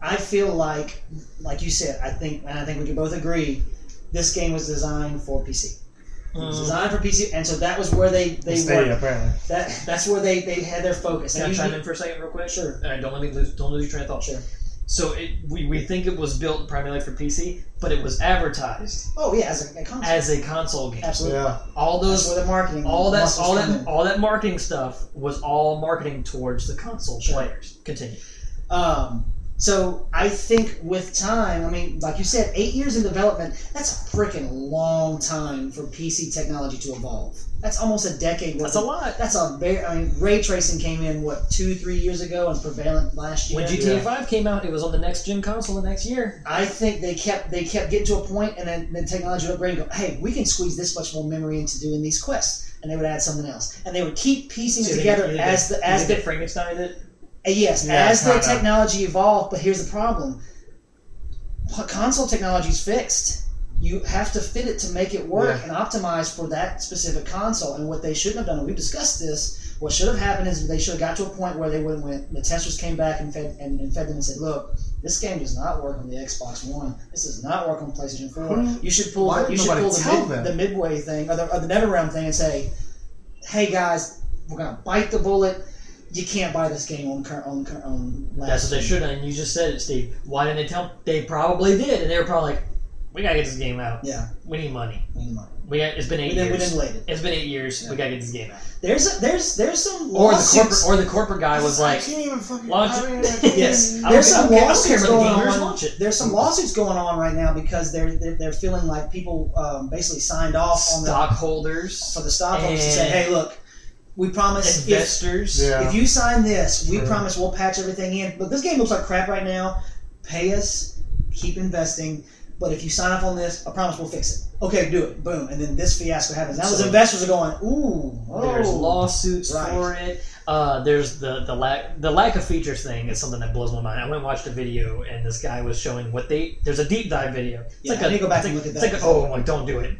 I feel like, like you said, I think, and I think we can both agree, this game was designed for PC. It was
Mm,
designed for PC, and so that was where they they
Stadia,
worked.
apparently.
That that's where they they had their focus.
Can
And
I chime
usually,
in for a second, real quick?
Sure.
All right, don't let me lose. Don't lose your train of thought.
Sure.
So it, we, we think it was built primarily for PC, but it was advertised
oh yeah, as a, a console,
as a console game.
absolutely.
Yeah.
All
That's
those
where the marketing,
all that
muscles
all
come
that
in.
all that marketing stuff was all marketing towards the console
Sure.
players. Continue.
Um, so I think with time, I mean, like you said, eight years in development, that's a freaking long time for PC technology to evolve. That's almost a decade. worth of-
lot.
That's a very, I mean, ray tracing came in, what, two, three years ago and prevalent last year.
When GTA Five came out, it was on the next gen console the next year.
I think they kept they kept getting to a point and then the technology would upgrade and go, hey, we can squeeze this much more memory into doing these quests. And they would add something else. And they would keep piecing
So
it
they-
together
they-
as the as
they
the
did Frankenstein it.
Uh, Yes,
Yeah,
as the
kinda.
technology evolved, but here's the problem. P- Console technology is fixed. You have to fit it to make it work
Yeah.
and optimize for that specific console. And what they shouldn't have done, and we've discussed this, what should have happened is they should have got to a point where they went, went the testers came back and fed, and, and fed them and said, look, this game does not work on the Xbox One. This does not work on PlayStation 4.
Who-
you should pull,
why
the,
did
you should
nobody
pull the,
tell
mid,
them?
the midway thing or the, or the NetherRealm thing and say, hey guys, we're going to bite the bullet you can't buy this game on current on current on
That's
last.
what they should have. And you just said it, Steve. Why didn't they tell? They probably did, and they were probably like, "We gotta get this game out.
Yeah,
We need money.
we didn't mind.
We got, it's been eight
We didn't, we
years.
didn't late it.
It's been eight years.
Yeah.
We gotta get this game out."
There's a, there's there's some
Or the corporate
lawsuits.
or the corporate guy was
I
like,
can't even fucking.
launch
I mean, I
it. (laughs)
can't
yes,
(laughs)
even-
I don't
There's
care- I
some
don't care- I don't care about
lawsuits
the
going
gamers,
on.
Launch it.
There's some lawsuits going on right now because they're they're, they're feeling like people um, basically signed off on the
Stockholders,
for the stockholders to say,
And-
hey, look, we promise if,
investors.
Yeah.
if you sign this, we
True.
promise we'll patch everything in. But this game looks like crap right now. Pay us, keep investing. But if you sign up on this, I promise we'll fix it. Okay, do it. Boom, and then this fiasco happens. Now those
So-
investors are going, ooh, oh,
There's
(laughs)
lawsuits
right.
for it. Uh, there's the the lack the lack of features thing is something that blows my mind. I went and watched a video, and this guy was showing what they there's a deep dive video. It's
Yeah,
like
I
a,
need to go back
it's
and
like-
look at
It's
that.
like a, oh, I'm like don't do it.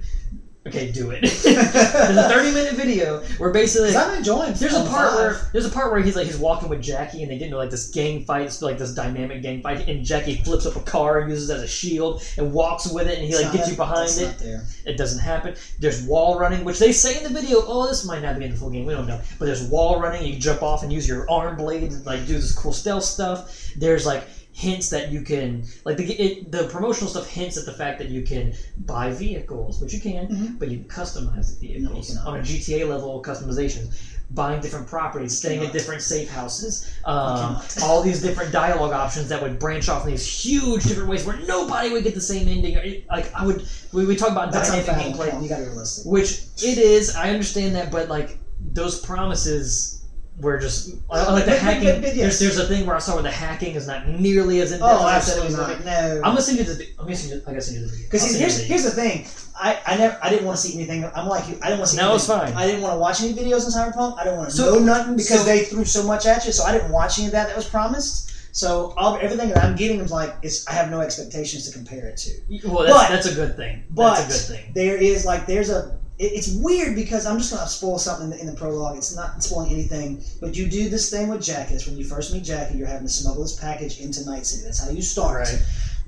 Okay, do it. (laughs) there's a 30 minute video where basically
'Cause I'm enjoying.
there's a
on
part
five.
where there's a part where he's like he's walking with Jackie and they get into like this gang fight, it's like this dynamic gang fight, and Jackie flips up a car and uses it as a shield and walks with it, and he
It's
like
not
gets
that-
you behind
that's
it.
Not there.
It doesn't happen. There's wall running, which they say in the video. Oh, this might not be in the full game. We don't know. But there's wall running. You jump off and use your arm blade to like do this cool stealth stuff. There's like hints that you can like the it, the promotional stuff hints at the fact that you can buy vehicles, which you can,
Mhm.
but you can customize the vehicles
cannot.
on a GTA level customizations. Buying different properties, staying at
cannot.
different safe houses, um,
cannot. (laughs)
all these different dialogue options that would branch off in these huge different ways where nobody would get the same ending. It- Like I would, we, we talk about
That's
dynamic
unfathomable.
gameplay,
You got to be realistic.
which it is. I understand that, but like those promises were just I- I like the
But- but-
hacking.
but- but
there's,
yes.
there's a thing where I saw where the hacking is not nearly as in depth. as
Oh,
I said it
absolutely
was
not.
gonna be.
No.
I'm gonna send you the. I'm gonna send you. I gotta send you the video. I'll
Because
send
here's
you the
here's the thing, I, I never I didn't want to see anything. I'm like you, I didn't want to see.
No,
anything.
it's fine.
I didn't want to watch any videos on Cyberpunk. I didn't want to
So-
know nothing because
so-
they threw so much at you. So I didn't watch any of that that was promised. So all, everything that I'm getting is like it's, I have no expectations to compare it to.
video. Well, that's,
But-
that's a good thing.
But
that's a good thing.
there is like there's a it- it's weird because I'm just gonna spoil something in the, in the prologue. It's not spoiling anything, but you do this thing with Jackie. That's when you first meet Jackie. You're having to smuggle this package into Night City. That's how you start.
Right.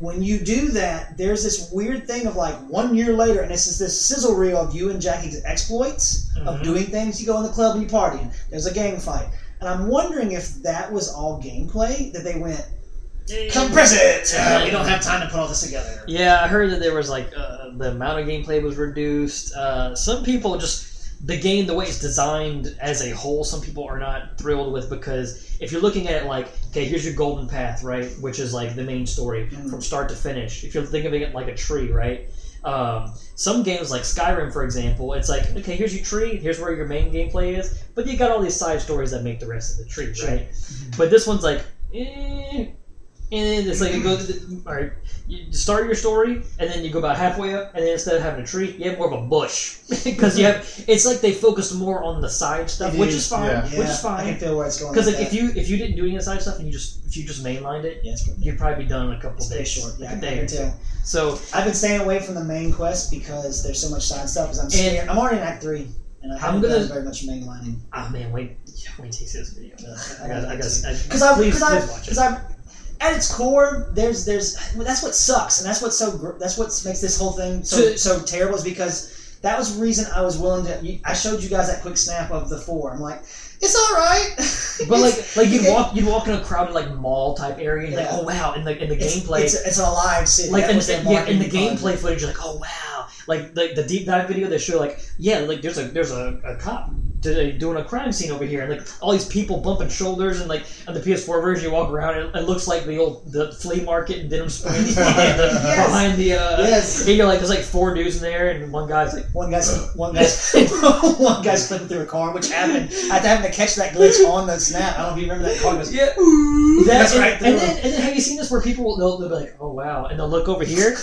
When you do that, there's this weird thing of like one year later, and this is this sizzle reel of you and Jackie's exploits of
Mhm.
doing things. You go in the club and you party. And there's a gang fight, and I'm wondering if that was all gameplay that they went compress it. Uh, we don't have time to put all this together.
Yeah, I heard that there was like uh, the amount of gameplay was reduced. Uh, some people just the game the way it's designed as a whole some people are not thrilled with because if you're looking at it like okay here's your golden path right which is like the main story from start to finish if you're thinking of it like a tree right um, some games like skyrim for example it's like okay here's your tree here's where your main gameplay is but you got all these side stories that make the rest of the tree
Sure.
right but this one's like eh, and it's like it goes to the, all right you start your story and then you go about halfway up and then instead of having a tree you have more of a bush (laughs) because you have it's like they focused more on the side stuff
It
which is,
is,
fine
yeah.
Yeah,
which is
I
fine
think that's where it's going.
because
with
like if
that.
you if you didn't do any of the side stuff and you just if you just mainlined it
yeah, it's pretty-
you'd probably be done in a couple
it's pretty
days
short. Yeah, I
Like a
can- I
day
can
or two.
tell.
so
I've been staying away from the main quest because there's so much side stuff. Because I'm scared. I'm already in Act Three, and I
I'm
haven't
gonna-
done very much mainlining.
ah man wait wait till you see this video I got I got
Because
because
I,
please,
because I,
please watch
because
it
I, at its core, there's, there's, well, that's what sucks, and that's what's so, gr- that's what makes this whole thing so,
To-
so terrible is because that was the reason I was willing to. you- I showed you guys that quick snap of the four. I'm like, it's all right,
But like,
(laughs) It's-
like you
it-
walk, you walk in a crowded like mall type area, and you're
Yeah.
like, oh wow, in the in the
it's,
gameplay,
It's, it's an alive city.
like
That
in,
was their
in- yeah, in the
marketing
gameplay footage, you're like, oh wow, like the, the deep dive video they show, like yeah, like there's a there's a, a cop today doing a crime scene over here, and like all these people bumping shoulders, and like on the PS4 version, you walk around, it, it looks like the old the flea market in Denham Springs (laughs) behind the,
Yes.
behind the uh,
Yes.
and you're like there's like four dudes in there, and one guy's like.
One
(laughs)
guy's one guy's (laughs) one guy's flipping through a car, which happened after having to catch that glitch on the snap. I don't know if you remember that car goes. (laughs)
Yeah, ooh,
That's
and,
right,
And
they're-
then, and then have you seen this where people they'll, they'll be like, "Oh wow," and they'll look over here,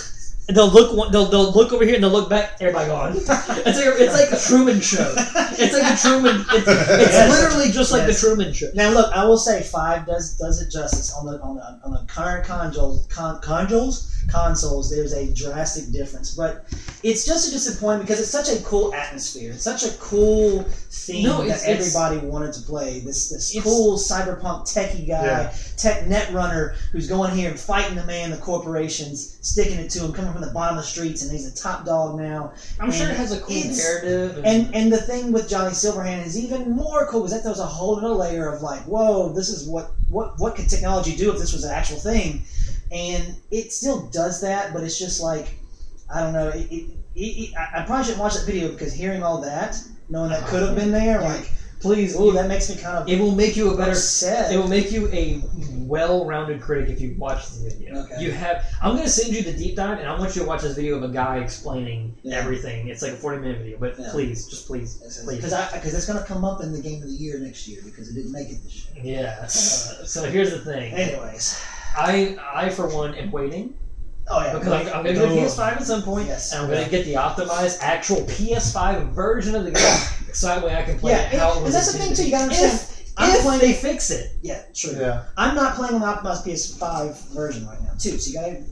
and they'll look one, they'll, they'll look over here and they'll look back. Everybody gone. (laughs) It's like it's like the Truman Show. It's like (laughs) the Truman. It's, it's
Yes.
literally just like
Yes.
the Truman Show.
Now look, I will say five does does it justice on the on the on the current consoles con, consoles consoles. There's a drastic difference, but it's just a disappointment because it's such a cool atmosphere. It's such a cool theme
No,
that
it's- it's-
everybody wanted to play. This this
It's-
cool cyberpunk techie guy,
Yeah.
tech net runner who's going here and fighting the man, the corporations, sticking it to him, coming from the bottom of the streets, and he's a top dog now.
I'm sure it has a cool
It's-
narrative.
And and the thing with Johnny Silverhand is even more cool because that there was a whole other layer of like, whoa, this is what what what could technology do if this was an actual thing, and it still does that, but it's just like, I don't know, it, it, it, it- I, I probably shouldn't watch that video because hearing all that, knowing that could have been there, like,
please,
ooh, that makes me kind of
it will make you a better.
upset.
It will make you a well-rounded critic if you watch the video.
Okay.
You have. I'm gonna send you the deep dive, and I want you to watch this video of a guy explaining
Yeah.
everything. It's like a 40-minute video, but
Yeah.
please, just please, please.
because because it's going to come up in the game of the year next year because it didn't make it this year.
Yeah. uh, (laughs) so here's the thing.
Anyways,
I I for one am waiting
oh yeah,
because I'm, I'm gonna get a PS5 at some point,
Yes.
and I'm gonna get the optimized actual PS5 version of the
(coughs)
game, so that way I can play
yeah,
it how it
and
was
that's the thing
intended
too. You got to
to be.
understand.
If, if
playing-
they fix it,
Yeah, true.
(laughs) Yeah.
I'm not playing on the optimized PS5 version right now, too. So you gotta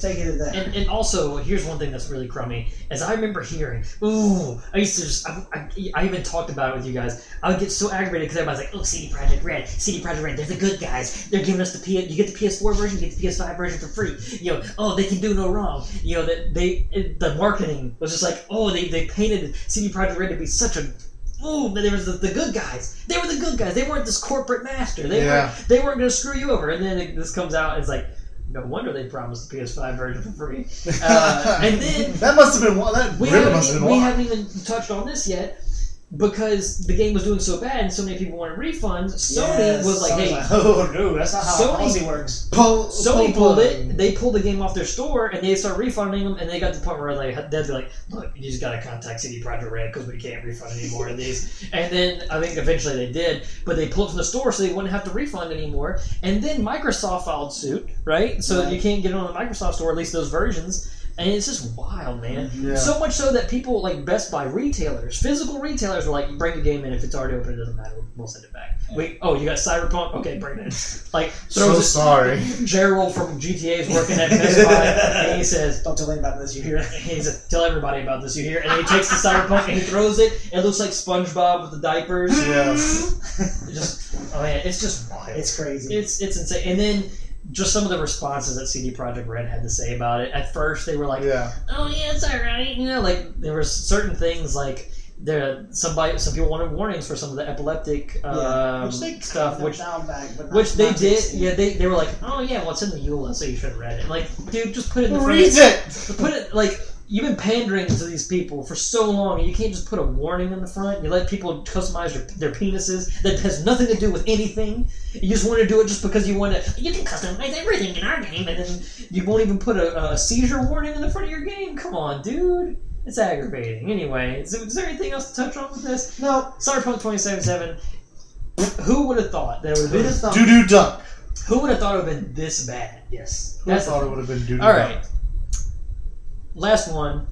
take it at that.
and, and also here's one thing that's really crummy, is I remember hearing, ooh, I used to just, I, I, I even talked about it with you guys. I would get so aggravated because everybody's like, oh, CD Projekt Red, CD Projekt Red, they're the good guys. They're giving us the P, you get the PS4 version, you get the PS5 version for free. You know, oh, they can do no wrong. You know that they, it, the marketing was just like, oh, they, they painted CD Projekt Red to be such a Ooh, but there was the, the good guys. They were the good guys. They weren't this corporate master. They
Yeah.
weren't, they weren't going to screw you over. And then it, this comes out and it's like, no wonder they promised the PS5 version for free. Uh,
(laughs)
and then
that must have been one. That
we,
really
haven't,
must have
even-
been
we
one.
haven't even touched on this yet because the game was doing so bad and so many people wanted refunds. Sony
Yes,
was like,
Sony's
hey,
(laughs)
oh no, that's not how
Sony-
policy works.
Pull-
Sony
pull-
pulled it. They pulled the game off their store, and they started refunding them. And they got to the point where they had- they'd be like, "Look, you just gotta contact CD Projekt Red because we can't refund any more of these." And then I think eventually they did, but they pulled it from the store so they wouldn't have to refund anymore. And then Microsoft filed suit, right? So
Right.
you can't get it on the Microsoft store, at least those versions. And it's just wild, man.
Yeah.
So much so that people like Best Buy retailers, physical retailers, were like, "Bring the game in if it's already open. It doesn't matter. We'll send it back." Wait, oh, you got Cyberpunk? Okay, bring it in. (laughs) Like,
So
throws it-
sorry.
(laughs) Gerald from GTA is working at Best Buy, and he says, (laughs)
Don't tell anybody about this. You
here,
hear?
he says, tell everybody about this, you hear? And he takes the cyberpunk and he throws it. It looks like SpongeBob with the diapers.
Yes.
It Just, oh yeah, it's just (laughs) wild.
(laughs) It's crazy.
It's it's insane. And then just some of the responses that CD Projekt Red had to say about it. At first, they were like,
Yeah.
oh yeah, it's all right. You know, like there were certain things like there somebody some people wanted warnings for some of the epileptic um,
which they
stuff, which
down back, but not-
which they
not to
did,
extent.
yeah. They, they were like, oh yeah, well it's in the EULA, so you should have read it. Like, dude, just put it in the
Read it.
put it like you've been pandering to these people for so long, and you can't just put a warning on the front. You let people customize their, their penises that has nothing to do with anything. You just want to do it just because you want to. You can customize everything in our game, and then you won't even put a, a seizure warning in the front of your game. Come on, dude. It's aggravating. Anyway, is, is there anything else to touch on with this?
No,
Cyberpunk 2077. Who would have thought that would have
who
been?
just thought?
Doo doo duck.
Who would have thought it would have been this bad? Yes,
Who
that's
thought it would have been doo doo
all right. Last one.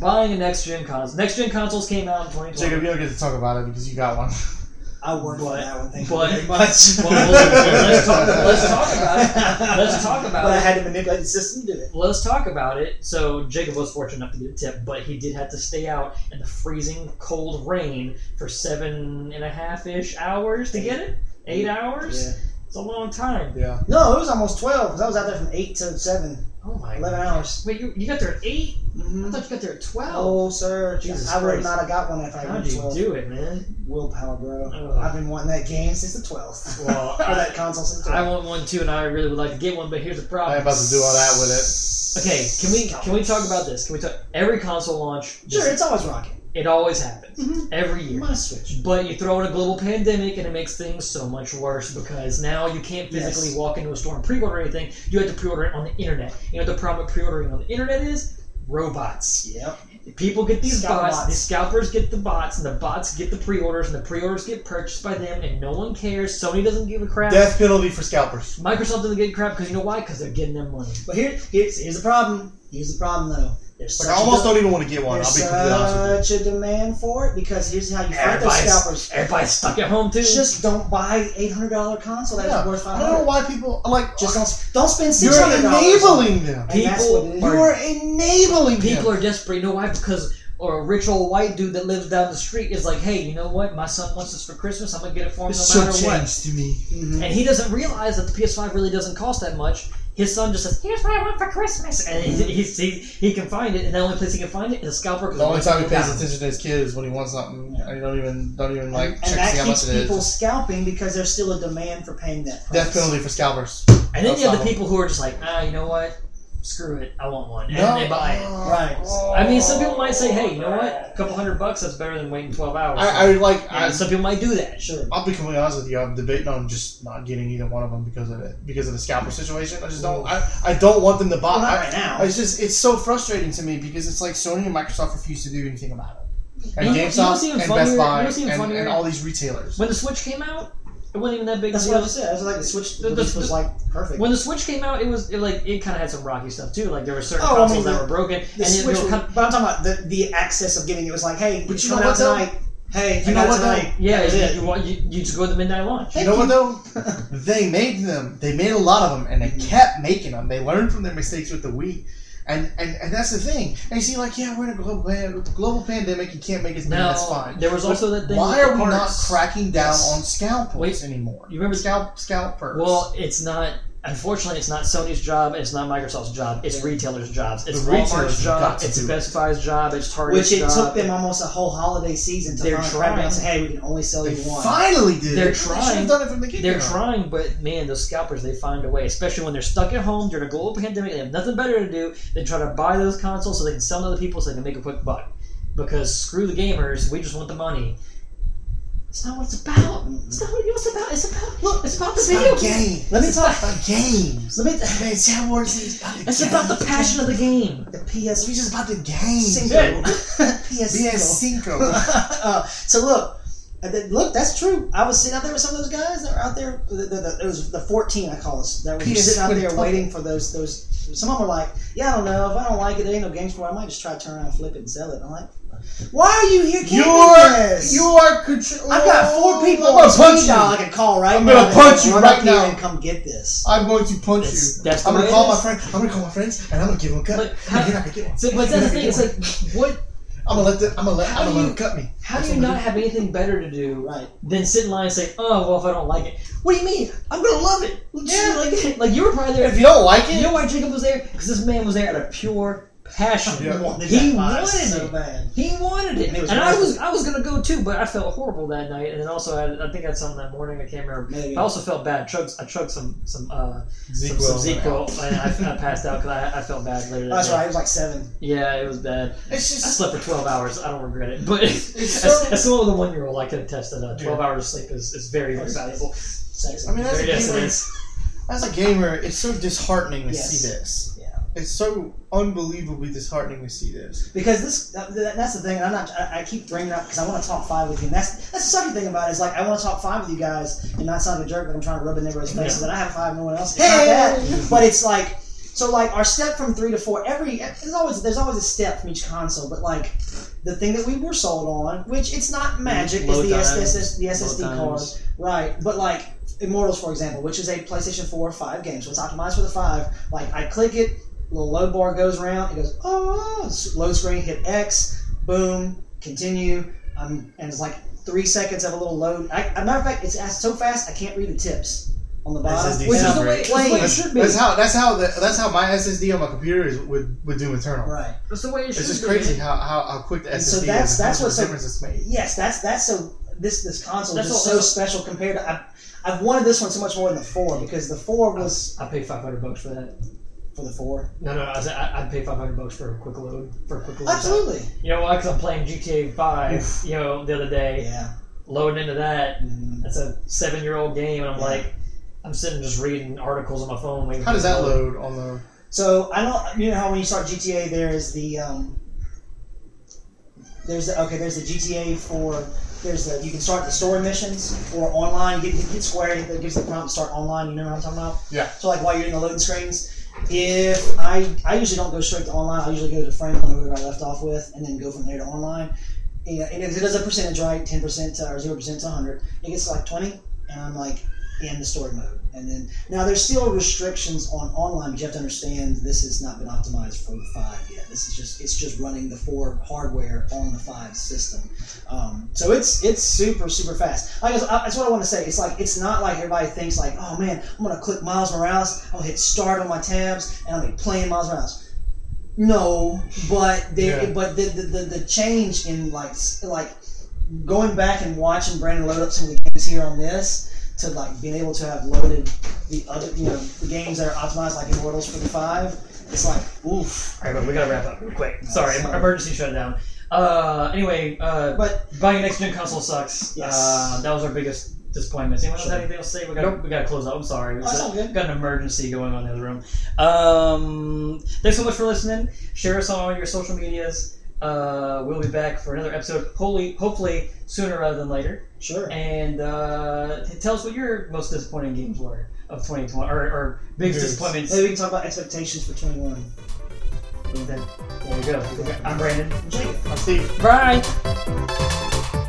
Buying a next gen console. Next gen consoles came out in 2020.
Jacob, you don't get to talk about it because you got one. (laughs)
I worked on
But-
that one. Thank
but- (laughs)
you very much.
Well, well, let's, talk, let's talk about it.
(laughs)
Let's talk
But I
about it.
had to manipulate the system to do it.
Let's talk about it. So Jacob was fortunate enough to get a tip, but he did have to stay out in the freezing cold rain for seven and a half ish hours to get it. Eight hours.
Yeah.
It's a long time.
Yeah.
No, it was almost twelve because I was out there from eight to seven,
Oh my.
eleven hours.
Wait, you, you got there at eight? I
Mm-hmm.
thought you got there at twelve.
Oh, sir,
Jesus
I would
Christ.
not have got one if
Oh,
I
How
had
did you
twelve.
do it, man?
Willpower, bro.
Ugh.
I've been wanting that game since the twelfth.
Well,
(laughs) or
I-
that console since the
I
12th.
want one too, and I really would like to get one. But here's the problem.
I'm about to do all that with it.
Okay, can we can we talk about this? Can we talk every console launch? this-
Sure, it's always rocking.
it always happens
Mhm.
every year.
My Switch.
But you throw in a global pandemic, and it makes things so much worse because now you can't physically
Yes.
walk into a store and pre-order anything. You have to pre-order it on the internet. You know what the problem with pre-ordering on the internet is robots.
Yep.
People get these
Scalper
bots,
bots.
these scalpers get the bots, and the bots get the pre-orders, and the pre-orders get purchased by them, and no one cares. Sony doesn't give a crap.
Death penalty for scalpers.
Microsoft doesn't give a crap because you know why? Because they're getting their money.
But here, here's, here's the problem. Here's the problem, though. There's
Like,
such
I
a
almost
de-
don't even want to get one. I'll be
There's
completely honest with
such a demand for it because here's how you fight those
Everybody's,
scalpers.
everybody's stuck at home too.
Just don't buy eight hundred dollar console that's
Yeah.
worth
you.
five
I don't know
hundred.
why people like
Just don't don't spend six
You're
hundred dollars.
enabling them.
And that's
People
what it is.
You are enabling
People
them.
are desperate. You know why? Because or a rich old white dude that lives down the street is like, hey, you know what? My son wants this for Christmas. I'm gonna get it for him
It's
no
so
matter what.
changed to me.
Mhm.
And he doesn't realize that the PS5 really doesn't cost that much. His son just says, "Here's what I want for Christmas," and he, he, he, he can find it. And the only place he can find it is a scalper. 'cause
Mm-hmm. The only
it won't
time he
go
pays
down.
attention to his kid is when he wants something.
Yeah.
I don't even don't even like
and, and
check to see
that
how much
keeps
it is.
people scalping because there's still a demand for paying that price.
Death penalty for scalpers.
And then you have the
Outside.
people who are just like, ah, you know what? Screw it, I want one, and
No.
they buy it.
Right.
I mean, some people might say, hey, you know what? A couple hundred bucks that's better than waiting twelve hours.
I, I would like.
And
I,
some people might do that.
Sure.
I'll be completely honest with you. I'm debating on just not getting either one of them because of it, because of the scalper situation. I just don't. I, I don't want them to buy.
Well, not
I-
right now.
It's just it's so frustrating to me because it's like Sony and Microsoft refuse to do anything about it, and
You know- you know
GameStop
what's even
and
funnier-
Best Buy
you know what's even
and,
funnier?
and all these retailers.
When the Switch came out, it wasn't even that big. a
That's what I
deal.
just said. That's like the Switch
The- the-
release was
the-
like perfect.
When the Switch came out, it was it like it kind of had some rocky stuff too. Like there were certain
Oh, I
consoles
mean,
that were broken,
The
and
Switch,
it
was-
would come.
but I'm talking about the, the access of getting it was like, hey,
But
it's
you know
coming
what, though?
out tonight. Hey,
You
you
know
know
what, though?
tonight.
Yeah,
That was
you,
it.
you, want- you, you just go to the midnight launch.
you
Thank
know what
you.
though?
(laughs)
they made them. They made a lot of them, and they kept making them. They learned from their mistakes with the Wii. And, and, and that's the thing. And you see, like, yeah, we're in a global, pan- global pandemic. You can't make as many.
Now,
that's fine.
there was
But
also that thing
Why
with
are
the
we not
parts.
cracking down
Yes.
on scalpers
Wait,
anymore?
you remember-
scalp scalpers?
Well, it's not. Unfortunately, it's not Sony's job. It's not Microsoft's job. It's retailers' jobs. It's
The retailers
Walmart's
have
job.
got to
It's
do
Best Buy's job. It's uh, Target's
Which it
job.
took them almost a whole holiday season to
They're
finally crack down
trying.
and say, hey, we can only sell
they
you one.
finally did.
They're
it. They should
trying.
have done it from the get
They're trying, but man, those scalpers, they find a way, especially when they're stuck at home during a global pandemic. They have nothing better to do than try to buy those consoles so they can sell to other people so they can make a quick buck. Because screw the gamers, we just want the money. It's not what it's about. It's not what you know what it's about. It's about look. It's about the video
It's
game.
game.
Let me talk.
About games.
Let me.
(laughs) Man, Star Wars is about the
It's
game.
about the passion of the game.
The
We
PS. (laughs)
just about the game.
Cinco. PS.
(laughs) PS5.
uh, (laughs) so look, and then- look, that's true. I was sitting out there with some of those guys that were out there. The, the, the, it was the fourteen, I call us. That were
Penis
just sitting out there
with-
waiting for those those. Some of them were like, "Yeah, I don't know. If I don't like it, there ain't no games for. it. I might just try to turn around, flip it, and sell it." I'm like, "Why are you here? keeping
You're
this?
you are control.
I've got four people.
I'm
on
gonna
speed
punch you.
dial I can call right
I'm
now.
gonna
and
punch you
run
right
up here
now.
and come get this."
I'm going to punch
That's-
you.
that's the
I'm
way
gonna
it
call my
is.
friend. I'm gonna call my friends, and I'm gonna give them a cut.
But
I'm
how-
gonna get one.
So, but that's the thing. It's like, what?
I'm gonna let them. I'm gonna let.
How
I'm gonna
do
let
you-
them cut me.
How
That's
do you
what I'm
not have anything better to do
Right.
than sit in line and say, "Oh, well, if I don't like it, what do you mean? I'm gonna love it."
Yeah.
Like, (laughs) like you were probably there.
gonna do. If you don't like it,
You know why Jacob was there? Because this man was there out of pure passion.
Yeah.
wanted
He
that prize
wanted
so
it.
bad.
He wanted it,
And it was
and I
worth
was I was gonna go too, but I felt horrible that night. And then also, I, I think that's on that morning. I can't remember.
Maybe.
I also felt bad. Chugged, I chugged some some uh, some,
Zequel.
some Zequel, and I, I passed out because I, I felt bad later. That
That's
day.
right. It was like seven.
Yeah, it was bad.
It's
I
just
slept for 12 hours. I don't regret it. But (laughs) as,
so-
as someone with a one year old, I can attest that uh, 12
Yeah.
hours of sleep is, is very, very valuable.
Sexy.
I mean, that's
Very
a gamer.
desolate.
As a gamer, it's so disheartening to
Yes.
see this.
Yeah.
It's so unbelievably disheartening to see this.
Because this, that, that- that's the thing. I'm not. I, I keep bringing it up because I want to talk five with you. And that's that's the sucky thing about it is like I want to talk five with you guys and not sound like a jerk, like I'm trying to rub it in everybody's face. And then I have five, no one else. It's not that, but it's like so. Like our step from three to four. Every there's always there's always a step from each console, but like. The thing that we were sold on, which it's not magic,
Low
is the,
times,
SSS, the SSD
low
card,
times.
right? But like Immortals, for example, which is a PlayStation Four or Five game, so it's optimized for the Five. Like I click it, little load bar goes around. It goes, oh, s- load screen, hit X, boom, continue. Um, and it's like three seconds of a little load. I, as a matter of fact, it's as- so fast I can't read the tips on the bottom,
SSD
which is the
sound
way
break.
it plays.
That's,
should be.
that's how that's how the, that's how my SSD on my computer is with with Doom
(laughs)
Eternal.
Right.
That's the way it should
It's just
be.
crazy how, how, how quick the SSD
And so
is.
that's-
and how
that's
much
what's so-
difference it's made.
Yes, that's that's so. This this console
That's
is just
all-
so special compared to. I've, I've wanted this one so much more than the four because the four was
I paid 500 bucks for that. Uh,
for the four.
No, no, I said I- I'd pay 500 bucks for a quick load. For a quick load.
Absolutely.
You know why? Because I'm playing GTA 5, you know, the other day,
Yeah.
loading into that.
Mhm.
That's a seven year old game, and I'm
Yeah.
like, I'm sitting just reading articles on my phone. Waiting
How
for
does
it to
that load on the?
So I don't. You know how when you start GTA, there is the um, there's the, okay. There's the GTA for there's the you can start the story missions or online. You get you get Square that gives the prompt to start online. You know what I'm talking about?
Yeah.
So like while you're in the loading screens. If I I usually don't go straight to online, I usually go to Franklin or whoever I left off with, and then go from there to online. And, and it does a percentage, right? Ten percent or zero percent to hundred. It gets to like twenty, and I'm like in the story mode. And then now there's still restrictions on online, but you have to understand this has not been optimized for the five yet. This is just it's just running the four hardware on the five system. Um, so it's it's super super fast. I guess I, that's what I want to say. It's like it's not like everybody thinks like, oh man, I'm gonna click Miles Morales. I'm gonna hit start on my tabs, and I'll be playing Miles Morales. No, but there,
Yeah.
but the, the, the, the change in like s- like going back and watching Brandon load up some of the games here on this to like being able to have loaded the other you know the games that are optimized like Immortals for the five. It's like oof.
All right, but we gotta wrap up real quick. Sorry,
sorry.
emergency shutdown. Uh, anyway, uh,
But
buying a next gen console sucks.
Yes.
Uh, that was our biggest disappointment. Anyone else
Sure.
have anything else to say? We gotta, we gotta close up. I'm sorry.
that's all good.
We've got an emergency going on in the room. Um, thanks so much for listening. Share us on all your social medias. Uh, we'll be back for another episode, hopefully, hopefully sooner rather than later.
sure.
And uh, t- tell us what your most disappointing games were of 2020, or, or biggest
Yes.
disappointments.
Maybe we can talk about expectations for twenty one.
There you go. I'm Brandon.
Jacob.
I'm Steve.
Bye.